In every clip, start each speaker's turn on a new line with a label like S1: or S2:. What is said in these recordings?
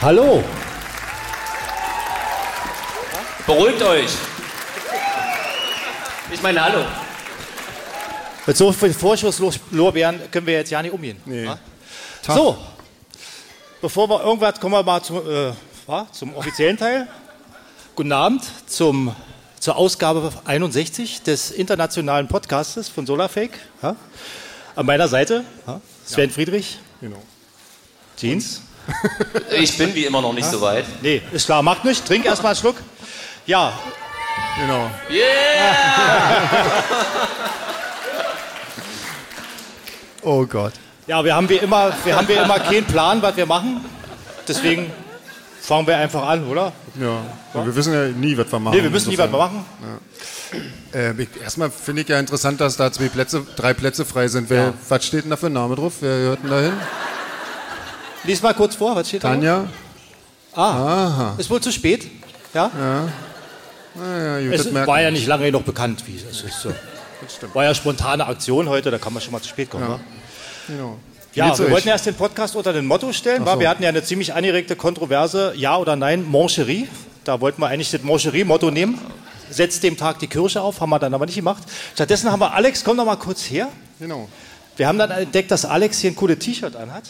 S1: Hallo.
S2: Beruhigt euch. Ich meine, hallo.
S1: Mit so viel Vorschusslorbeeren können wir jetzt ja nicht umgehen.
S3: Nee.
S1: wa?
S3: Tag.
S1: So, bevor wir irgendwas, kommen wir mal zum, äh, wa, zum offiziellen Teil. Guten Abend zum, zur Ausgabe 61 des internationalen Podcastes von Solarfake. Ja? An meiner Seite ja? Sven Friedrich,
S3: Genau.
S1: Jeans.
S2: Ich bin wie immer noch nicht so weit.
S1: Nee, ist klar, macht nicht. Trink erstmal einen Schluck. Ja,
S3: Genau.
S2: Yeah!
S3: Oh Gott.
S1: Ja, wir haben wie immer, wir haben wie immer keinen Plan, was wir machen. Deswegen fangen wir einfach an, oder?
S3: Ja. Und wir wissen ja nie, was wir machen.
S1: Nee, wir müssen nie was machen.
S3: Äh, ich- erstmal finde ich ja interessant, dass da zwei Plätze, drei Plätze frei sind. Wer, Was steht denn da für ein Name drauf? Wer hört denn da hin?
S1: Lies mal kurz vor, was steht da?
S3: Tanja?
S1: Ah, ist wohl zu spät. Ja?
S3: Ah, Ja, ja, gut, das
S1: es
S3: merken
S1: war
S3: wir.
S1: ja nicht lange noch bekannt, wie es ist. So.
S3: Das stimmt.
S1: War ja spontane Aktion heute, da kann man schon mal zu spät kommen. wa?
S3: Genau. Wie
S1: Ja,
S3: geht's
S1: wir
S3: euch?
S1: wollten erst den Podcast unter den Motto stellen. wa?
S3: so.
S1: Wir hatten ja eine ziemlich angeregte Kontroverse, ja oder nein, Mancherie. Da wollten wir eigentlich das Mancherie-Motto nehmen. Setzt dem Tag die Kirche auf, haben wir dann aber nicht gemacht. Stattdessen haben wir Alex, komm doch mal kurz her.
S3: Genau.
S1: Wir haben dann entdeckt, dass Alex hier ein cooles T-Shirt anhat.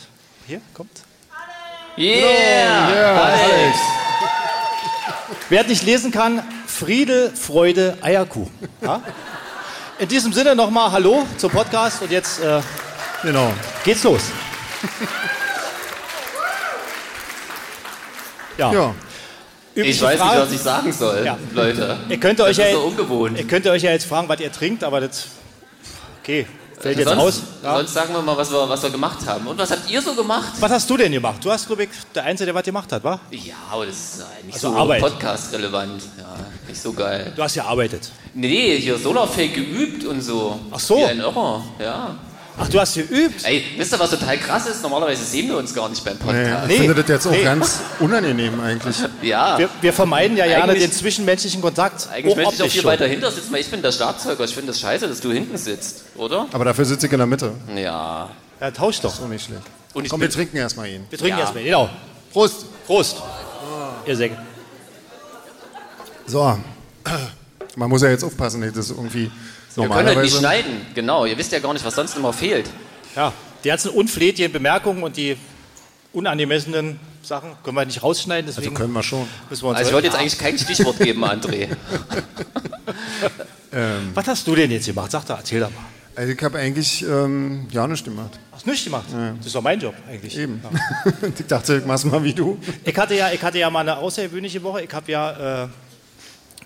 S1: Hier, kommt.
S2: Yeah!
S3: Alex.
S1: Wer nicht lesen kann, Friede, Freude, Eierkuh. Ja? In diesem Sinne nochmal Hallo zum Podcast und jetzt äh,
S3: Genau.
S1: geht's los. Ja.
S3: Ja.
S1: übliche
S2: Ich weiß nicht,
S1: Frage.
S2: was ich sagen soll,
S1: Ja.
S2: Leute.
S1: Ihr könnt euch,
S2: das
S1: ja,
S2: ist so ungewohnt.
S1: ihr könnt euch ja jetzt fragen, was ihr trinkt, aber das. Okay, fällt jetzt
S2: sonst,
S1: aus.
S2: sonst sagen wir mal, was wir, was wir gemacht haben. Und was habt ihr so gemacht?
S1: Was hast du denn gemacht? Du hast, glaube ich, der Einzige, der was gemacht hat, wa?
S2: Ja, aber das ist äh, nicht
S1: Also
S2: so
S1: Arbeit.
S2: podcast-relevant. Ja, nicht so geil.
S1: Du hast ja gearbeitet.
S2: Nee, hier Solarfake geübt und so.
S1: Ach so.
S2: Wie ein Irrer, ja.
S1: Ach, du hast geübt?
S2: Ey, wisst ihr, was total krass ist? Normalerweise sehen wir uns gar nicht beim
S3: Nee,
S2: Podcast.
S3: Äh, ich finde das jetzt auch
S1: Nee.
S3: ganz unangenehm eigentlich.
S2: Ja.
S1: Wir, wir vermeiden ja gerne
S2: Eigentlich-
S1: den zwischenmenschlichen Kontakt.
S2: Eigentlich
S1: auch
S2: möchte ich auch
S1: optisch
S2: viel
S1: schon.
S2: weiter hinter sitzen, weil ich bin der Schlagzeuger. Ich finde das scheiße, dass du hinten sitzt, oder?
S3: Aber dafür sitze ich in der Mitte.
S2: Ja.
S1: Ja, tausch doch.
S3: So nicht schlecht.
S2: Und ich
S3: Komm, wir
S2: bin-
S3: trinken erstmal ihn.
S1: Wir trinken
S2: Ja.
S1: erstmal, genau.
S3: Prost. Ah.
S1: Prost. Ihr Säcke.
S3: So. Man muss ja jetzt aufpassen, nicht, dass irgendwie
S2: Wir können halt nicht
S3: normalerweise.
S2: schneiden, genau. Ihr wisst ja gar nicht, was sonst immer fehlt. Also
S1: Ja, die ganzen unflätigen Bemerkungen und die unangemessenen Sachen können wir nicht rausschneiden,
S3: also
S1: deswegen
S3: können wir schon.
S1: müssen wir uns
S2: Also ich
S1: heute-
S2: wollte jetzt eigentlich kein Stichwort geben, André.
S1: Was hast du denn jetzt gemacht? Sag da, erzähl doch mal.
S3: Also ich habe eigentlich ähm, ja nichts gemacht.
S1: Hast du nicht gemacht? Das ist doch mein Job eigentlich.
S3: Eben. ich dachte, ich mach's mal wie du.
S1: Ich hatte ja, ich hatte ja mal eine außergewöhnliche Woche. Ich habe ja, äh,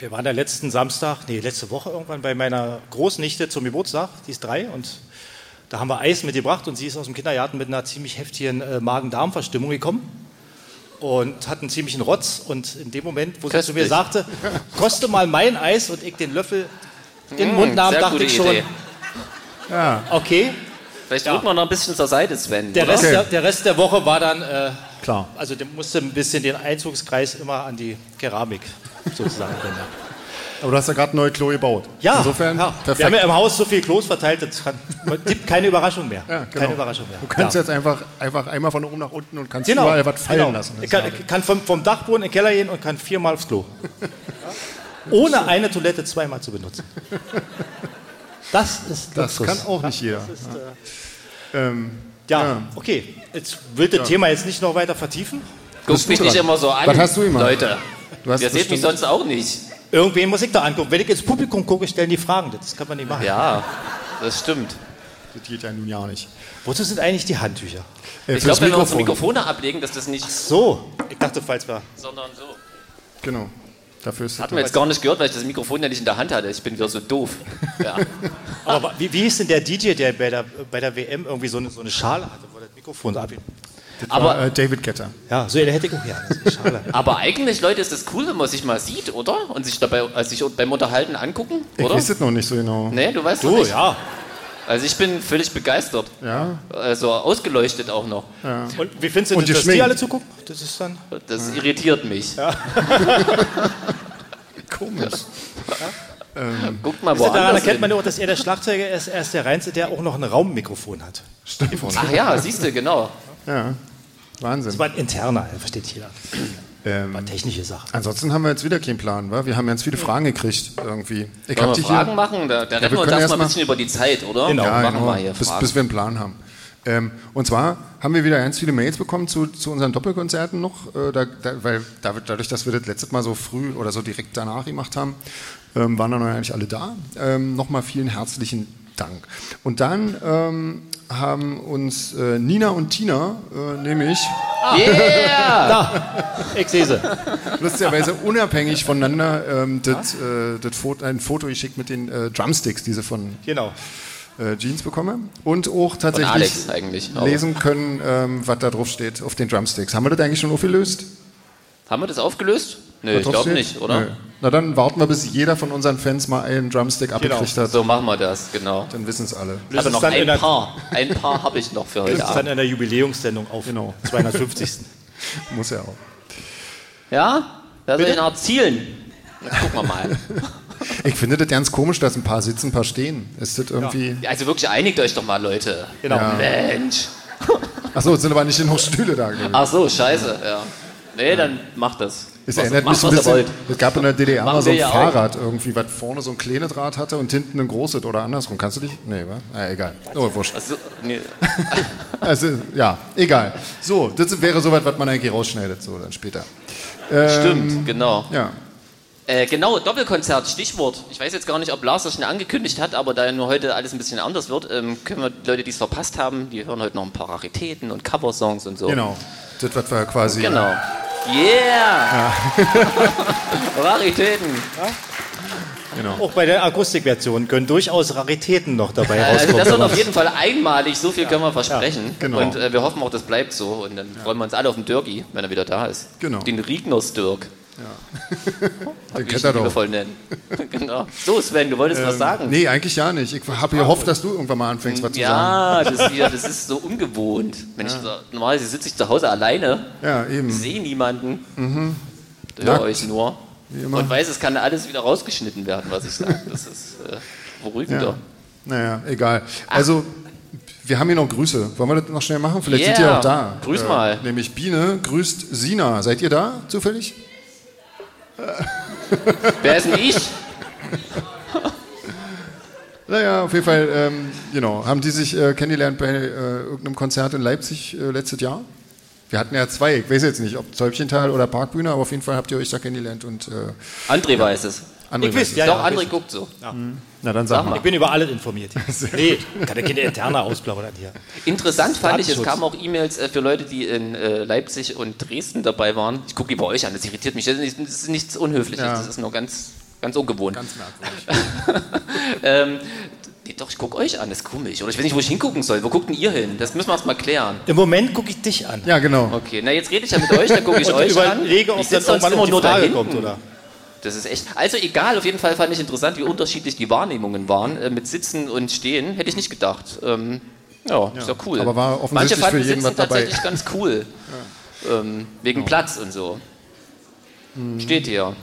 S1: wir waren ja letzten Samstag, nee, letzte Woche irgendwann bei meiner Großnichte zum Geburtstag. Die ist drei und da haben wir Eis mitgebracht und sie ist aus dem Kindergarten mit einer ziemlich heftigen äh, Magen-Darm-Verstimmung gekommen und hat einen ziemlichen Rotz. Und in dem Moment, wo sie zu mir
S2: Köstlich.
S1: sagte, koste mal mein Eis und ich den Löffel in den Mund nahm,
S2: Hm, sehr
S1: dachte
S2: gute
S1: ich schon,
S2: Idee.
S3: Ja,
S1: okay,
S2: Vielleicht
S1: Ja.
S2: rückt man noch ein bisschen zur Seite, Sven.
S1: der
S2: oder?
S1: Rest,
S3: Okay.
S1: der, der Rest der Woche war dann... Äh,
S3: klar.
S1: Also der musste ein bisschen den Einzugskreis immer an die Keramik sozusagen binden.
S3: Aber du hast ja gerade ein neues Klo gebaut.
S1: Ja,
S3: Insofern,
S1: ja. wir haben
S3: perfekt.
S1: ja im Haus so viel Klos verteilt, das kann, man gibt keine Überraschung mehr.
S3: Ja, genau.
S1: Keine Überraschung mehr.
S3: Du kannst
S1: ja.
S3: jetzt einfach, einfach einmal von oben nach unten und kannst überall was fallen
S1: genau.
S3: lassen.
S1: Ich kann, ich kann vom, vom Dachboden in den Keller gehen und kann viermal aufs Klo. Ohne eine Toilette zweimal zu benutzen. Das ist
S3: das
S1: Luxus.
S3: kann auch nicht jeder. ähm,
S1: ja,
S3: ja.
S1: okay. Jetzt will das Thema jetzt nicht noch weiter vertiefen.
S2: Guckt mich
S3: du
S2: nicht
S3: dran?
S2: immer so an.
S3: Was hast du gemacht?
S2: Leute,
S3: du hast
S2: ihr seht mich
S3: bestimmt-
S2: sonst auch nicht.
S1: Irgendwen muss ich da angucken. Wenn ich ins Publikum gucke, stellen die Fragen. Das kann man nicht machen.
S2: Ja, das stimmt.
S3: Das geht ja nun ja nicht.
S1: Wozu sind eigentlich die Handtücher?
S3: Äh,
S2: Ich
S3: fürs
S2: glaube, wenn wir unsere Mikrofone ablegen, dass das nicht...
S1: So, ich dachte, falls wir.
S2: Sondern so.
S3: Genau. Dafür ist das
S2: Hatten wir jetzt gar nicht gehört, weil ich das Mikrofon ja nicht in der Hand hatte. Ich bin wieder so doof. Ja.
S1: Aber wa- wie, wie ist denn der DJ, der bei der, bei der WM irgendwie so eine, so eine Schale hatte, wo das Mikrofon so ab.
S2: Aber,
S3: äh, David Ketter.
S1: Ja, so eine hätte ich auch gerne. so eine Schale.
S2: aber eigentlich, Leute, ist das cool, wenn man sich mal sieht, oder? Und sich dabei äh, sich beim Unterhalten angucken,
S3: Ich
S2: oder?
S3: weiß das noch nicht so genau.
S2: Nee, du weißt doch
S1: Du,
S2: nicht.
S1: ja.
S2: Also ich bin völlig begeistert.
S3: Ja,
S2: Also ausgeleuchtet auch noch.
S1: Und wie findest du
S3: Und
S1: das, dass die
S3: geschminkt.
S1: alle zugucken? Das ist dann.
S2: Das irritiert mich.
S3: komisch.
S2: Guckt mal,
S1: Daran
S2: woanders
S1: erkennt man
S2: hin.
S1: ja auch, dass er der Schlagzeuger ist. Er ist der Reinste, der auch noch ein Raummikrofon hat.
S3: Stimmt.
S2: Ach ja, siehst du, genau.
S3: Ja.
S1: Das
S3: Wahnsinn.
S1: war ein interner, ja, versteht nicht jeder.
S3: Ähm,
S1: War technische Sache.
S3: ansonsten haben wir jetzt wieder keinen Plan, wa? Wir haben ganz viele Fragen gekriegt irgendwie. Ich
S2: Können
S3: hab
S2: wir
S3: die
S2: Fragen
S3: hier.
S2: machen? Da, da
S3: wir
S2: reden wir uns erstmal
S3: können erst mal-
S2: ein bisschen über die Zeit, oder?
S1: Genau.
S2: machen
S3: genau,
S2: wir hier
S3: bis,
S2: Fragen.
S3: bis wir einen Plan haben. Ähm, und zwar haben wir wieder ganz viele Mails bekommen zu, zu unseren Doppelkonzerten noch, äh, da, da, weil da, dadurch, dass wir das letztes Mal so früh oder so direkt danach gemacht haben, ähm, waren dann eigentlich alle da. Ähm, Nochmal vielen herzlichen Dank. Und dann ähm, haben uns äh, Nina und Tina äh, nämlich
S2: Ah. yeah!
S1: Ich sehe sie.
S3: lustigerweise unabhängig voneinander ähm, das, äh, das Foto, ein Foto geschickt mit den äh, Drumsticks, die sie von
S1: Genau.
S3: äh, Jeans bekomme und auch tatsächlich
S2: Alex eigentlich, aber-
S3: lesen können, ähm, was da drauf steht auf den Drumsticks. Haben wir das eigentlich schon aufgelöst?
S2: Haben wir das aufgelöst? Nö,
S3: was
S2: Äh, ich
S3: drauf
S2: glaube
S3: steht?
S2: nicht, oder?
S3: Nö. Na dann warten wir, bis jeder von unseren Fans mal einen Drumstick abgekriegt
S2: Genau.
S3: hat.
S2: So machen wir das, genau.
S3: Dann wissen es alle.
S2: Ich habe
S1: ist
S2: noch
S1: dann in
S2: ein
S1: der-
S2: paar. Ein paar habe ich noch für
S1: Das
S2: heute
S1: ist dann
S2: Abend.
S1: in der Jubiläumssendung auf
S3: Genau.
S1: 250.
S3: Muss ja auch.
S2: Ja? Wer soll denn erzielen? Jetzt gucken wir mal.
S3: Ich finde das ganz komisch, dass ein paar sitzen, ein paar stehen. Ist das irgendwie.
S2: Ja, Also wirklich einigt euch doch mal, Leute.
S1: Genau.
S2: Mensch.
S3: Achso, es sind aber nicht genug Stühle da. gewesen.
S2: Ach so, scheiße, ja. Nee, dann macht das.
S3: Es
S2: Was-
S3: erinnert
S2: macht,
S3: mich ein
S2: was ihr
S3: bisschen.
S2: wollt.
S3: Es gab in der DDR
S2: Machen
S3: mal so
S2: wir
S3: ein
S2: ja auch.
S3: Fahrrad irgendwie, was vorne so ein kleines Draht hatte und hinten ein großes oder andersrum. Kannst du dich? Nee, wa? Ah, egal. Oh, wurscht.
S2: Ach so, nee.
S3: Also, ja, egal. So, das wäre sowas, was man eigentlich rausschneidet, so dann später. Ähm,
S2: Stimmt, genau.
S3: Ja.
S2: Äh, genau, Doppelkonzert, Stichwort. Ich weiß jetzt gar nicht, ob Lars das schon angekündigt hat, aber da nur heute alles ein bisschen anders wird, ähm, können wir die Leute, die es verpasst haben, die hören heute noch ein paar Raritäten und Coversongs und so.
S3: Genau. Das, was wir quasi.
S2: Genau. Yeah! Raritäten.
S3: genau.
S1: Auch bei der Akustikversion können durchaus Raritäten noch dabei
S2: Also
S1: rauskommen.
S2: das wird auf jeden Fall einmalig, so viel können wir versprechen.
S3: genau.
S2: Und äh, wir hoffen auch, das bleibt so. Und dann freuen wir uns alle auf den Dirki, wenn er wieder da ist.
S3: Genau.
S2: Den Rigners Dirk,
S3: Den
S2: wie ich ihn
S3: kennt er doch. Ähm,
S2: liebevoll nennen. genau. So, Sven, du wolltest was sagen.
S3: Nee, eigentlich ja nicht. Ich habe gehofft, dass du irgendwann mal anfängst, was zu sagen.
S2: Ja, das, hier, das ist so ungewohnt. Wenn ich so- normalerweise sitze ich zu Hause alleine,
S3: Ja, eben.
S2: sehe niemanden, höre
S3: Mhm. Nackt.
S2: euch nur
S3: Wie immer.
S2: und weiß, es kann alles wieder rausgeschnitten werden, was ich sage. Das ist äh, beruhigender.
S3: Ja. Naja, egal. Also, wir haben hier noch Grüße. Wollen wir das noch schnell machen? Vielleicht sind
S2: Yeah.
S3: ihr auch da. Äh,
S2: Grüß mal.
S3: Nämlich Biene grüßt Sina. Seid ihr da zufällig?
S2: Wer ist denn ich?
S3: Naja, auf jeden Fall, ähm, genau. Haben die sich äh, kennengelernt bei äh, irgendeinem Konzert in Leipzig äh, letztes Jahr? Wir hatten ja zwei, ich weiß jetzt nicht, ob Zäubchental oder Parkbühne, aber auf jeden Fall habt ihr euch da kennengelernt und äh,
S2: André weiß es.
S3: andere.
S1: Ich weiß, ja,
S2: Doch,
S1: ja,
S2: André guckt so.
S3: Na dann
S2: Sag
S3: sag
S2: mal.
S3: mal.
S1: Ich bin über alles informiert. Nee, kann der Kinder interner ausplaudern hier.
S2: Interessant fand ich, es
S1: Datenschutz.
S2: kamen auch E-Mails äh, für Leute, die in äh, Leipzig und Dresden dabei waren. Ich gucke die bei euch an, das irritiert mich. Das ist, das ist nichts Unhöfliches,
S3: Ja.
S2: das ist nur ganz, ganz ungewohnt.
S3: Ganz merkwürdig.
S2: ähm, nee, doch, ich gucke euch an, das ist komisch. Oder ich weiß nicht, wo ich hingucken soll. Wo guckt denn ihr hin? Das müssen wir erst mal klären.
S1: Im Moment gucke ich dich an.
S3: Ja, genau.
S2: Okay, na jetzt rede ich ja mit euch, dann gucke ich
S1: Und
S2: euch an.
S1: überlege, ob
S2: ich
S1: dann
S2: sitze sonst
S1: irgendwann
S2: immer
S1: noch die
S2: nur da
S1: Frage
S2: hinten.
S1: kommt, oder?
S2: Das ist echt. Also egal, auf jeden Fall fand ich interessant, wie unterschiedlich die Wahrnehmungen waren äh, mit Sitzen und Stehen. Hätte ich nicht gedacht. Ähm, ja, ist ja cool.
S3: aber war offensichtlich
S2: Manche fanden
S3: für jeden
S2: Sitzen
S3: was dabei.
S2: tatsächlich ganz cool. Ähm, wegen Platz und so.
S3: Mhm.
S2: Steht hier.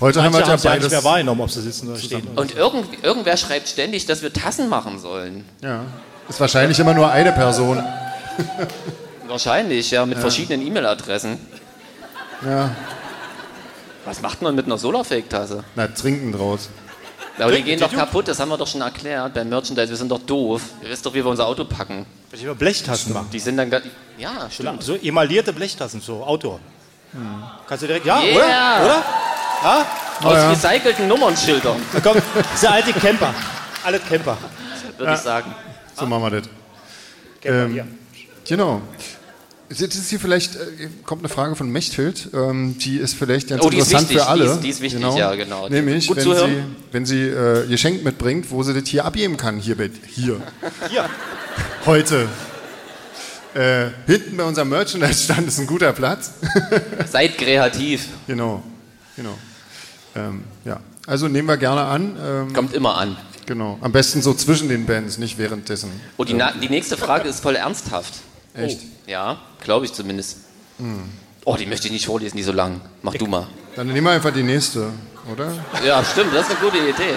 S3: Heute haben wir
S1: Manche haben
S3: ja
S1: ja nicht mehr
S3: beides.
S1: wahrgenommen, ob sie sitzen oder stehen.
S2: Und irgend, irgendwer schreibt ständig, dass wir Tassen machen sollen.
S3: Ja. Ist wahrscheinlich immer nur eine Person.
S2: Wahrscheinlich, ja, mit verschiedenen E-Mail-Adressen.
S3: Ja.
S2: Was macht man mit einer Solarfake-Tasse?
S3: Na, trinken draus.
S2: Aber die gehen doch kaputt, das haben wir doch schon erklärt beim Merchandise. Wir sind doch doof. Ihr wisst doch, wie wir unser Auto packen.
S1: Würde ich über Blechtassen machen.
S2: Die sind dann gar Ja, stimmt.
S1: So emaillierte Blechtassen, so Outdoor. Kannst du direkt, ja,
S2: Yeah.
S1: oder? Oder? Ja?
S2: Aus
S3: Oh ja.
S2: recycelten Nummernschildern,
S1: Na komm, dieser alte Camper. Alle Camper.
S2: würde ich sagen.
S3: So machen wir das.
S1: Camper
S3: Ähm,
S1: hier.
S3: Genau. Jetzt ist hier vielleicht, äh, kommt eine Frage von Mechthild, ähm, die ist vielleicht ganz
S2: Oh, die ist
S3: interessant
S2: wichtig,
S3: für alle.
S2: die ist- die ist wichtig, ja, genau.
S3: Nämlich,
S2: Gut
S3: wenn sie,
S2: zuhören.
S3: wenn sie äh, Geschenk mitbringt, wo sie das hier abgeben kann, hier, bei- hier
S1: Hier.
S3: heute. Äh, hinten bei unserem Merchandise-Stand ist ein guter Platz.
S2: Seid kreativ.
S3: genau, genau. Ähm, ja, also nehmen wir gerne an. Ähm,
S2: Kommt immer an.
S3: genau. Am besten so zwischen den Bands, nicht währenddessen.
S2: Und Oh, die, na- die nächste Frage ist voll ernsthaft.
S3: Echt?
S2: Ja, glaube ich
S3: Hm.
S2: zumindest. Oh, die möchte ich nicht vorlesen, die so lang. Mach du mal.
S3: Dann nehmen wir einfach die nächste. oder?
S2: Ja, stimmt, das ist eine gute Idee.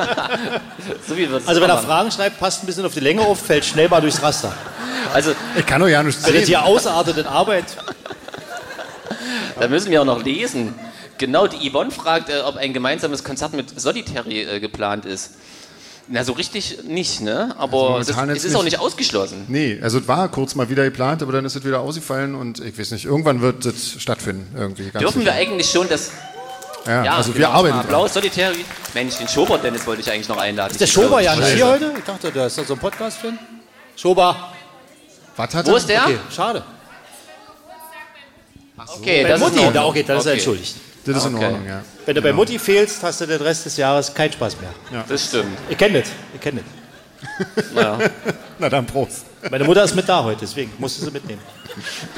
S2: so wie wird's
S1: Also wenn er
S2: machen.
S1: Fragen schreibt, passt ein bisschen auf die Länge auf, fällt schnell mal durchs Raster.
S2: Also,
S3: Ich kann doch ja nicht
S1: Wenn jetzt
S3: sehen.
S1: hier ausartet in Arbeit,
S2: da müssen wir auch noch lesen. Genau, die Yvonne fragt, äh, ob ein gemeinsames Konzert mit Solitary äh, geplant ist. Na, so richtig nicht, ne? Aber
S3: Also
S2: das,
S3: momentan
S2: es
S3: jetzt
S2: ist auch
S3: nicht.
S2: nicht ausgeschlossen.
S3: Nee, also es war kurz mal wieder geplant, aber dann ist es wieder ausgefallen und ich weiß nicht, irgendwann wird es stattfinden irgendwie. Ganz
S2: Dürfen wir
S3: sicher.
S2: eigentlich schon das.
S3: Ja,
S2: Ja,
S3: also
S2: genau,
S3: wir arbeiten
S2: mal
S3: dran.
S2: Applaus, Solitary. Mensch, den Schobert Dennis wollte ich eigentlich noch einladen.
S1: ist der Schober ja nicht hier heute? Ich dachte, da ist doch so ein Podcast drin. Schober,
S3: Was hat
S2: Wo
S3: er?
S2: ist der?
S1: okay, schade.
S2: Okay,
S1: Bei
S2: das ist in
S1: Mutti,
S2: Ordnung.
S1: da, okay, dann ist er
S2: Okay,
S1: entschuldigt. Genau.
S3: Das ist in
S2: Okay.
S3: Ordnung, ja. Genau.
S1: Wenn du bei Mutti fehlst, hast du den Rest des Jahres keinen Spaß mehr.
S2: Das stimmt.
S1: Ihr kennt das, ihr kennt das.
S2: Naja.
S3: Na dann Prost.
S1: Meine Mutter ist mit da heute, deswegen musste sie mitnehmen.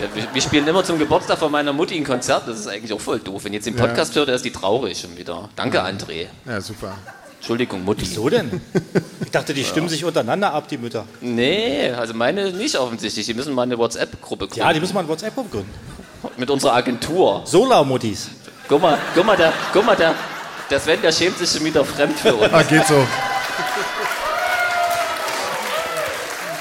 S2: Ja, wir, wir spielen immer zum Geburtstag von meiner Mutti ein Konzert. Das ist eigentlich auch voll doof. Wenn ihr jetzt den Podcast hört, dann ist die traurig schon wieder. Danke, André.
S3: Ja, super.
S2: Entschuldigung, Mutti.
S1: So denn? Ich dachte, die stimmen sich untereinander ab, die Mütter.
S2: Nee, also meine nicht offensichtlich. Die müssen mal eine WhatsApp-Gruppe gründen.
S1: Ja, die müssen mal ein WhatsApp-Gruppe gründen.
S2: Mit unserer Agentur.
S1: Solarmuttis.
S2: Guck mal, guck mal da, guck mal da. Der Sven, der schämt sich schon wieder fremd für uns.
S3: Ah, geht so.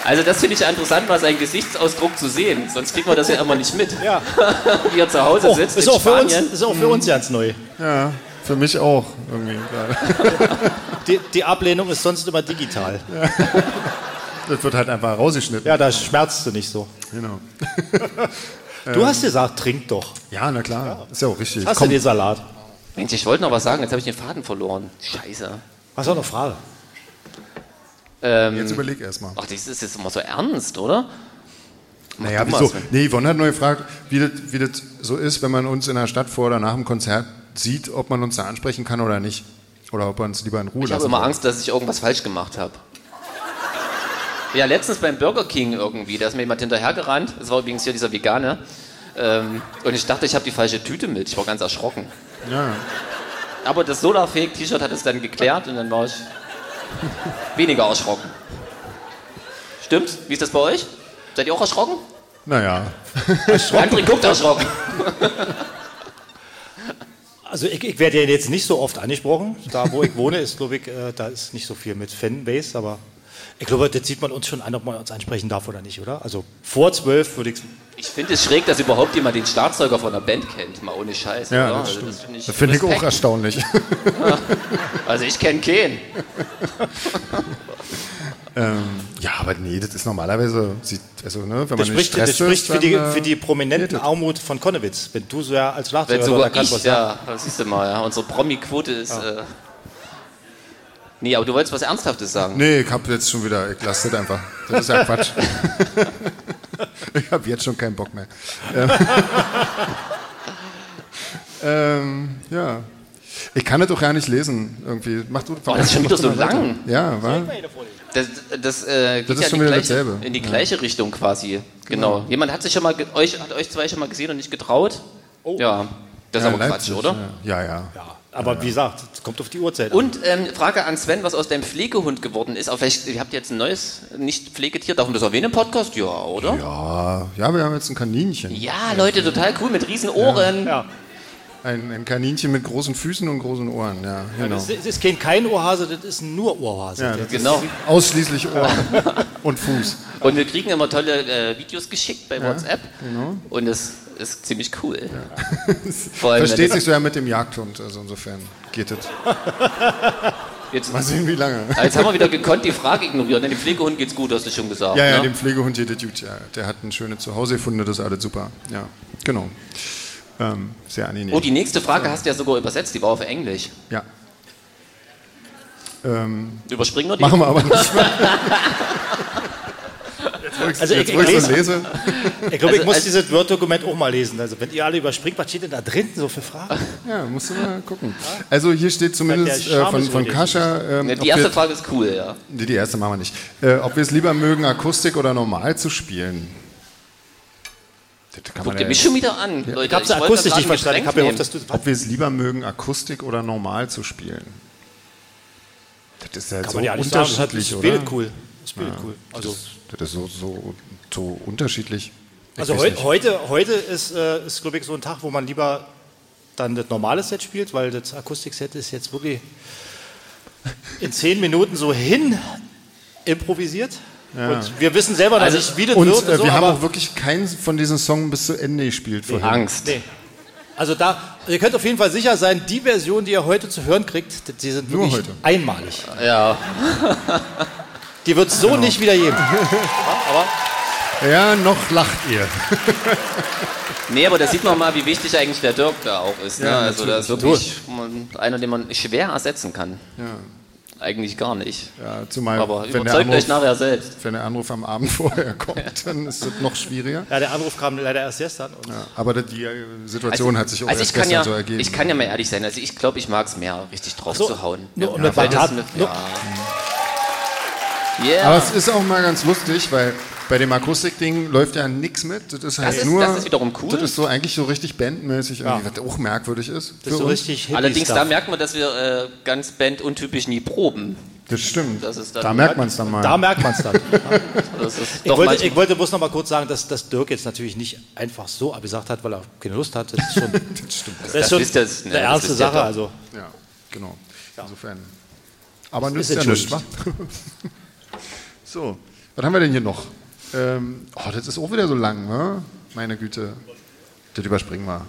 S2: Also das finde ich ja interessant, mal seinen Gesichtsausdruck zu sehen. Sonst kriegt man das ja immer nicht mit.
S1: Ja.
S2: Wie er zu Hause
S1: Oh,
S2: sitzt
S1: ist,
S2: in
S1: auch für uns,
S2: Spanien.
S1: ist auch für uns ganz neu.
S3: Ja, für mich auch irgendwie gerade.
S1: Die, die Ablehnung ist sonst immer digital.
S3: Das wird halt einfach rausgeschnitten.
S1: Ja, da schmerzt du nicht so.
S3: Genau.
S1: Du hast gesagt, trink doch.
S3: Ja, na klar. Ist ja auch richtig.
S1: Ähm. Hast du den Salat?
S2: Mensch, ich wollte noch was sagen. Jetzt habe ich den Faden verloren. Scheiße.
S1: Hast du auch eine Frage?
S2: Ähm,
S3: jetzt überleg erstmal.
S2: Ach, das ist jetzt immer so ernst, oder? Mach
S3: Naja,
S2: du mal,
S3: wieso?
S2: Sven.
S3: Nee, Yvonne hat nur gefragt, wie das, wie das so ist, wenn man uns in der Stadt vor oder nach dem Konzert sieht, ob man uns da ansprechen kann oder nicht. Oder ob man uns lieber in Ruhe
S2: Ich
S3: lassen
S2: habe immer
S3: will.
S2: Angst, dass ich irgendwas falsch gemacht habe. Ja, letztens beim Burger King irgendwie, da ist mir jemand hinterhergerannt. Das war übrigens hier dieser Veganer. Ähm, und ich dachte, ich habe die falsche Tüte mit. Ich war ganz erschrocken.
S3: Ja.
S2: Aber das Solarfake-T-Shirt hat es dann geklärt und dann war ich weniger erschrocken. Stimmt's? Wie ist das bei euch? Seid ihr auch erschrocken?
S3: Naja.
S2: André guckt erschrocken.
S1: Also ich, ich werde ja jetzt nicht so oft angesprochen. Da, wo ich wohne, ist, glaube ich, äh, da ist nicht so viel mit Fanbase, aber ich glaube, das sieht man uns schon an, ob man uns ansprechen darf oder nicht, oder? Also vor zwölf würde ich...
S2: Ich finde es schräg, dass überhaupt jemand den Schlagzeuger von einer Band kennt, mal ohne Scheiß.
S3: Ja,
S2: oder?
S3: das
S2: Also
S3: stimmt.
S2: finde ich,
S3: Das finde ich auch
S2: Respekt.
S3: erstaunlich.
S2: Also ich kenne keinen.
S3: ähm, ja, aber nee, das ist normalerweise, sieht, also, ne, wenn man
S1: Das
S3: nicht
S1: spricht, das
S3: Stress
S1: spricht
S3: ist,
S1: für, die,
S3: dann, äh,
S1: für die prominenten Armut von Konnewitz, wenn du so ja als
S2: Wenn
S1: Schlagzeuger
S2: sogar
S1: kannst
S2: ich, ja, das siehst du mal, ja. unsere Promi-Quote ist... Äh, nee, aber du wolltest was Ernsthaftes sagen.
S3: Nee, ich hab jetzt schon wieder, ich lasse das einfach. Das ist ja Quatsch. ich hab jetzt schon keinen Bock mehr. Ähm, ähm, ja. Ich kann das doch gar nicht lesen, irgendwie. Mach du,
S2: Oh, das ist schon wieder so lang.
S3: Ja, war?
S2: Das, das, äh, geht
S3: Das ist
S2: ja
S3: schon
S2: in die
S3: wieder
S2: gleiche,
S3: dasselbe.
S2: In die gleiche Richtung quasi. Genau. Jemand hat sich schon mal, ge- euch, hat euch zwei schon mal gesehen und nicht getraut? Ja, das ist
S3: Oh. ja,
S2: aber
S3: Leipzig,
S2: Quatsch, oder?
S3: Ja, ja. ja.
S1: Ja, aber wie gesagt, es kommt auf die Uhrzeit an.
S2: Und ähm, Frage an Sven, was aus deinem Pflegehund geworden ist. Auf vielleicht, ihr habt jetzt ein neues Nicht-Pflegetier. Darf man das erwähnen im Podcast? Ja, oder? Ja,
S3: Ja, ja, wir haben jetzt ein Kaninchen.
S2: Leute, total cool mit riesen Ohren.
S1: Ja.
S3: Ein, ein Kaninchen mit großen Füßen und großen Ohren, ja, genau.
S1: Das ist, das ist kein, kein Ohrhase, das ist nur Ohrhase.
S3: Ja,
S1: Der-
S3: das
S2: Genau.
S3: ist Ausschließlich Ohren und Fuß.
S2: Und wir kriegen immer tolle äh, Videos geschickt bei WhatsApp. Und das ist ziemlich cool. Vor allem, wenn
S3: Versteht
S2: das-
S3: sich so ja mit dem Jagdhund, also insofern geht es.
S2: Jetzt,
S3: Mal sehen, wie lange.
S2: jetzt haben wir wieder gekonnt die Frage ignoriert. Ne, Dem Pflegehund geht's gut, hast du schon gesagt.
S3: Ja, ja,
S2: ne?
S3: dem Pflegehund geht es gut. Ja. Der hat ein schönes Zuhause gefunden, das ist alles super. Ja, genau. Ähm, sehr angenehm.
S2: Oh, die nächste Frage hast du ja sogar übersetzt, die war auf Englisch.
S3: ja. Ähm,
S2: Überspringen wir die?
S3: machen wir aber nicht mehr. Jetzt,
S1: Also
S3: also
S1: ich-
S3: jetzt wo ich
S1: ich
S3: so lese.
S1: Ich glaube,
S2: Also
S1: ich muss
S2: als-
S1: dieses Word-Dokument auch mal lesen. Also, wenn ihr alle überspringt, was steht denn da drin so für Fragen?
S3: Ja, musst du mal gucken. Also hier steht zumindest
S1: Der
S3: äh,
S1: Charme
S3: von,
S1: ist
S3: von
S1: wohl
S3: Kascha, ähm,
S2: Ne,
S3: ob
S2: Die erste
S3: wir-
S2: Frage ist cool, ja.
S3: nee, die erste machen wir nicht. Äh, ob wir es lieber mögen, Akustik oder normal zu spielen. Das kann man
S2: Guckt
S3: ja
S2: ihr mich
S3: jetzt-
S2: schon wieder an, Leute.
S1: Ich habe es
S2: wollte
S1: akustisch
S2: grad
S1: nicht
S2: ein
S1: verstanden. Ich
S2: Getränk
S1: habe gehofft,
S2: nehmen.
S1: dass du.
S3: ob wir es lieber mögen, Akustik oder normal zu spielen. Das ist ja
S1: Kann
S3: so
S1: man ja nicht sagen. Das hat- das
S3: unterschiedlich, oder?
S1: spielt cool. Das spielt cool. Also,
S3: Das ist so, so, so unterschiedlich. Ich
S1: also
S3: weiß
S1: heu
S3: nicht.
S1: heute, heute ist, äh, ist glaube ich, so ein Tag, wo man lieber dann das normale Set spielt, weil das Akustikset ist jetzt wirklich in zehn Minuten so hin improvisiert. Und wir wissen selber noch
S2: Also-
S1: nicht, wie das
S3: Und
S1: wird.
S3: äh,
S1: so,
S3: wir haben
S1: aber-
S3: auch wirklich keinen von diesen Songs bis zu Ende gespielt vorher.
S2: Angst.
S1: Nee. Also da, ihr könnt auf jeden Fall sicher sein, die Version, die ihr heute zu hören kriegt, die sind
S3: Nur
S1: wirklich
S3: heute.
S1: einmalig.
S2: Ja.
S1: Die wird es so nicht wieder geben.
S3: Ja, noch lacht ihr.
S2: Nee, aber da sieht man mal, wie wichtig eigentlich der Dirk da auch ist. Ne?
S3: Ja,
S2: also da ist
S3: natürlich.
S2: wirklich man, einer, den man schwer ersetzen kann.
S3: Ja.
S2: Eigentlich gar nicht.
S3: Ja, zumal,
S2: Aber
S3: wenn, der
S2: überzeugt euch
S3: Anruf,
S2: nachher selbst.
S3: wenn der Anruf am Abend vorher kommt, dann ist es noch schwieriger.
S1: Ja, der Anruf kam leider erst gestern. Und
S3: Ja, aber die äh, Situation hat sich auch
S2: also
S3: erst
S2: ich kann ja,
S3: gestern so ergeben.
S2: ich kann ja mal ehrlich sein. Also ich glaube, ich mag es mehr, richtig drauf
S1: so,
S2: zu hauen.
S1: nur um
S2: ja,
S1: das
S2: weil das
S1: Batat-
S2: mit,
S1: nur-
S2: ja. Yeah.
S3: aber es ist auch mal ganz lustig, weil bei dem Akustik-Ding läuft ja nichts mit. Das ist, halt
S2: ist-
S3: nur,
S2: das ist wiederum cool.
S3: Das ist so eigentlich so richtig bandmäßig, irgendwie, was auch merkwürdig ist.
S1: das ist so richtig hippie
S2: Allerdings da
S1: Stuff.
S2: merkt man, dass wir äh, ganz banduntypisch nie proben.
S3: Das stimmt.
S2: Das ist dann-
S3: da merkt man es dann mal.
S1: da merkt man es dann.
S2: Das ist
S1: Ich
S2: doch
S1: wollte,
S2: manchmal-
S1: ich wollte bloß noch mal kurz sagen, dass, dass Dirk jetzt natürlich nicht einfach so abgesagt hat, weil er keine Lust hat. Das ist schon, das
S2: Das
S1: ist schon
S2: wisst ihr jetzt, ne,
S1: eine
S2: das
S1: ernste
S2: wisst ihr
S1: Sache.
S2: doch.
S1: Also,
S3: ja, genau. Insofern. Aber nützt
S1: ist
S3: ja nichts,
S1: entschuldigt.
S3: wa? so, was haben wir denn hier noch? Ähm, oh, das ist auch wieder so lang, ne? Meine Güte. Das überspringen wir.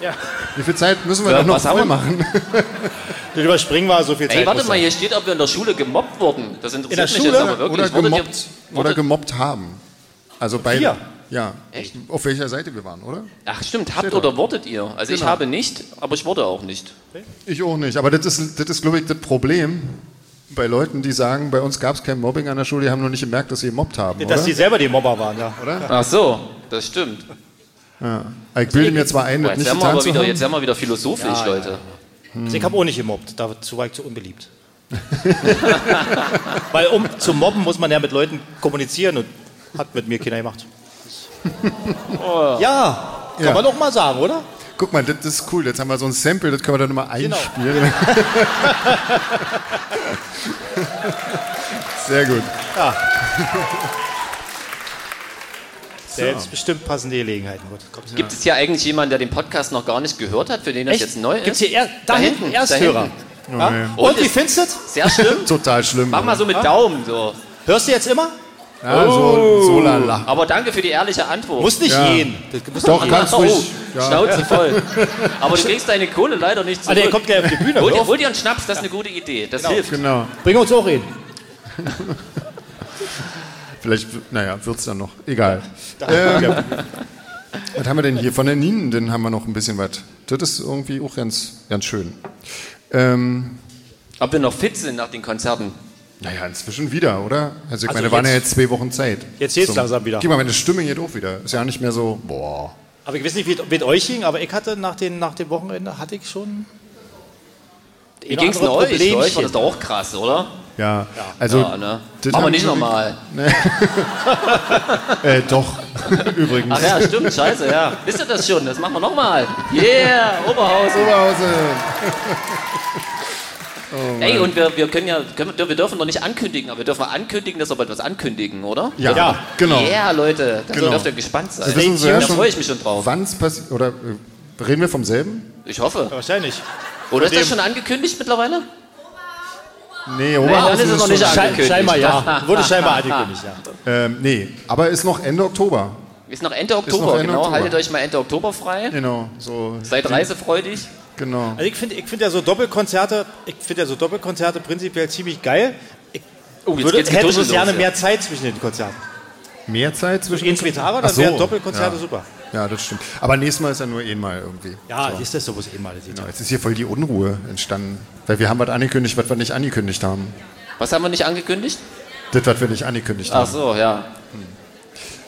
S1: ja.
S3: Wie viel Zeit müssen wir
S2: Ja,
S3: denn noch
S2: was haben wir-
S3: voll machen?
S1: Das überspringen war so viel Zeit.
S2: Ey, warte
S1: muss
S2: mal,
S1: sein.
S2: hier steht, ob wir in der Schule gemobbt wurden. Das interessiert
S1: In der
S2: mich
S1: Schule
S2: jetzt aber wirklich.
S3: Oder
S2: Wurdet ihr-
S3: gemobbt, oder
S2: wurdet-
S3: gemobbt haben. Also bei.
S1: wir?
S3: Ja.
S2: Echt?
S3: Auf welcher Seite wir waren, oder?
S2: Ach stimmt, habt oder wurdet ihr? Also ich
S3: Genau.
S2: habe nicht, aber ich wurde auch nicht.
S3: Ich auch nicht. Aber das ist, das ist glaube ich, das Problem bei Leuten, die sagen, bei uns gab es kein Mobbing an der Schule, die haben nur nicht gemerkt, dass sie gemobbt haben. Oder?
S1: Dass die selber die Mobber waren, ja.
S2: Ach so, das stimmt.
S3: Aber ich bilde mir zwar ein,
S2: Boah,
S3: das
S2: jetzt, werden wir
S3: nicht getan
S2: aber
S3: zu
S2: wieder,
S3: haben.
S2: jetzt werden wir wieder philosophisch, Leute.
S1: Also ich habe auch nicht gemobbt, dazu war ich zu unbeliebt. Weil um zu mobben muss man ja mit Leuten kommunizieren und hat mit mir keiner gemacht.
S2: Oh.
S1: Ja, kann
S3: Ja.
S1: man doch mal sagen, oder?
S3: Guck mal, das ist cool. Jetzt haben wir so ein Sample, das können wir dann mal einspielen. Sehr gut.
S1: Selbstbestimmt passende Gelegenheiten. Gut, kommt.
S2: Gibt es hier eigentlich jemanden, der den Podcast noch gar nicht gehört hat, für den das
S1: Echt?
S2: jetzt neu
S1: Gibt's
S2: ist?
S1: hier er da,
S2: Da
S1: hinten,
S2: hinten, da
S1: Ersthörer?
S2: hinten.
S1: Ja?
S3: Nee.
S1: Und,
S2: Und
S1: wie
S2: ist-
S1: findest du?
S2: Sehr schlimm.
S3: Total schlimm.
S2: Mach mal so mit Daumen so.
S1: Hörst du jetzt immer?
S3: Ja, so, Also, so lala.
S2: Aber danke für die ehrliche Antwort.
S1: Muss nicht
S3: Ja.
S1: jeden. Das muss
S3: Doch,
S1: nicht
S3: ganz
S2: oh,
S3: ruhig. Ja.
S2: Schnauze voll. Aber du kriegst deine Kohle leider nicht
S1: Ah,
S2: zurück.
S1: der kommt gleich auf die Bühne.
S2: hol, dir,
S1: Hör auf.
S2: hol dir einen Schnaps, das ist eine gute Idee. Das hilft.
S3: Genau.
S1: Bring uns auch hin.
S3: Vielleicht, naja, wird es dann noch. Egal.
S1: Ja.
S3: Was haben wir denn hier? Von der Ninen, den haben wir noch ein bisschen was. Das ist irgendwie auch ganz, ganz schön. Ähm,
S2: Ob wir noch fit sind nach den Konzerten.
S3: naja, inzwischen wieder, oder? Also ich
S1: Also
S3: meine, waren ja
S1: jetzt-
S3: jetzt zwei Wochen Zeit.
S1: Jetzt geht's
S3: Zum-
S1: langsam wieder.
S3: Guck mal, meine Stimme geht auch wieder. Ist ja nicht mehr so, boah.
S1: Aber ich weiß nicht, wie es mit euch ging, aber ich hatte nach, den, nach dem Wochenende, hatte ich schon...
S2: Wie ging's denn euch? Bei euch war das doch auch krass, oder?
S3: Ja, also...
S2: ja, ne?
S3: das
S2: Machen wir
S3: haben
S2: nicht
S3: wir-
S2: nochmal.
S3: Äh, doch, übrigens.
S2: Ach ja, stimmt, scheiße, ja. Wisst ihr das schon? Das machen wir nochmal. Yeah, Oberhaus.
S3: Oh Oberhausen.
S2: Ey, und wir, wir können ja, können, wir dürfen doch nicht ankündigen, aber wir dürfen ankündigen, dass wir bald was ankündigen, oder?
S3: Ja,
S1: Ja,
S3: genau.
S2: Yeah, Leute, da
S3: Genau.
S2: dürft ihr gespannt sein.
S3: Das wissen Sie ja
S2: da
S3: schon.
S2: freue ich mich schon drauf.
S3: Wann es passiert, oder äh, reden wir vom selben?
S2: Ich hoffe.
S1: Wahrscheinlich.
S2: Oder ist das
S1: dem-
S2: schon angekündigt mittlerweile?
S3: Nee,
S2: dann ist es noch nicht
S3: schon-
S2: an- Angekündigt.
S1: scheinbar ja. Wurde scheinbar angekündigt, ja.
S3: ähm, Nee, aber ist noch Ende Oktober.
S2: Ist noch Ende Oktober,
S3: noch Ende
S2: genau.
S3: Oktober.
S2: Haltet euch mal Ende Oktober frei.
S3: Genau, so.
S2: Seid reisefreudig.
S3: Genau.
S1: Also ich finde ich find ja so Doppelkonzerte, ich finde ja so Doppelkonzerte prinzipiell ziemlich geil. Ich
S2: Oh, jetzt
S1: würde,
S2: geht's
S1: hätte
S2: getuschelt
S1: so
S2: los.
S1: gerne
S2: ja.
S1: mehr Zeit zwischen den Konzerten.
S3: Mehr Zeit zwischen
S1: Gehen zwei Tage, dann
S3: Ach so,
S1: wären Doppelkonzerte
S3: ja.
S1: super.
S3: Ja, das stimmt. Aber nächstes Mal ist ja nur einmal irgendwie.
S1: Ja,
S3: so.
S1: ist das so, wo es eh mal sieht.
S3: Ja, Jetzt ist hier voll die Unruhe entstanden. Weil wir haben was angekündigt, was wir nicht angekündigt haben.
S2: Was haben wir nicht angekündigt?
S3: Das, was wir nicht angekündigt
S2: Ach
S3: haben.
S2: so, ja.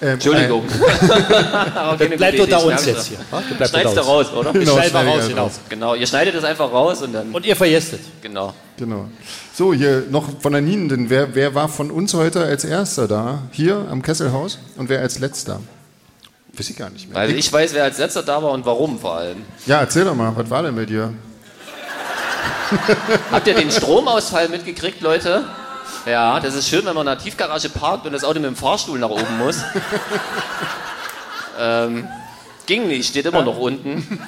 S3: Ähm,
S2: Entschuldigung. Aber keine
S1: Bleibt
S2: gute
S1: unter
S2: Idee,
S1: uns
S2: schneid's
S1: jetzt
S2: da.
S1: hier. wa? Ihr bleibt
S2: Schneid's da
S1: unter uns.
S2: raus, oder?
S1: Ich
S3: Genau,
S1: schneide mal
S3: schneid
S1: raus,
S3: ihr
S1: genau.
S3: raus.
S2: Genau, ihr schneidet das einfach raus und dann.
S1: Und ihr verjestet.
S2: Genau.
S3: Genau. So, hier noch von der Nien, denn wer, wer war von uns heute als Erster da? Hier am Kesselhaus und wer als Letzter? Weiß ich gar nicht mehr.
S2: Also ich weiß, wer als letzter da war und warum vor allem.
S3: Ja, erzähl doch mal, was war denn mit dir?
S2: Habt ihr den Stromausfall mitgekriegt, Leute? Ja, das ist schön, wenn man in einer Tiefgarage parkt und das Auto mit dem Fahrstuhl nach oben muss. ähm, ging nicht, steht immer noch unten.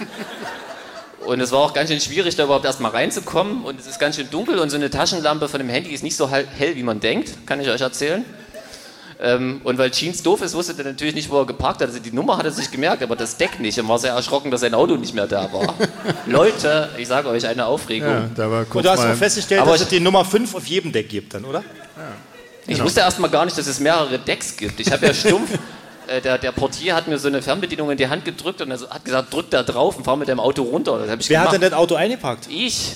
S2: Und es war auch ganz schön schwierig, da überhaupt erstmal reinzukommen. Und es ist ganz schön dunkel und so eine Taschenlampe von dem Handy ist nicht so hell, hell, wie man denkt, kann ich euch erzählen. Ähm, und weil Jeans doof ist, wusste er natürlich nicht, wo er geparkt hat. Also die Nummer hat er sich gemerkt, aber das Deck nicht. Und war sehr erschrocken, dass sein Auto nicht mehr da war. Leute, ich sage euch, eine Aufregung.
S3: Ja, Oh, da war kurz
S1: Und du hast
S3: mal-
S1: auch festgestellt,
S2: Aber
S1: dass
S2: ich-
S1: es die Nummer 5 auf jedem Deck gibt, dann, oder?
S2: Ich wusste erstmal gar nicht, dass es mehrere Decks gibt. Ich habe ja stumpf, äh, der, der Portier hat mir so eine Fernbedienung in die Hand gedrückt und er so- hat gesagt, drück da drauf und fahr mit deinem Auto runter. Das habe ich
S1: Wer hat
S2: gemacht.
S1: denn das Auto eingepackt?
S2: ich.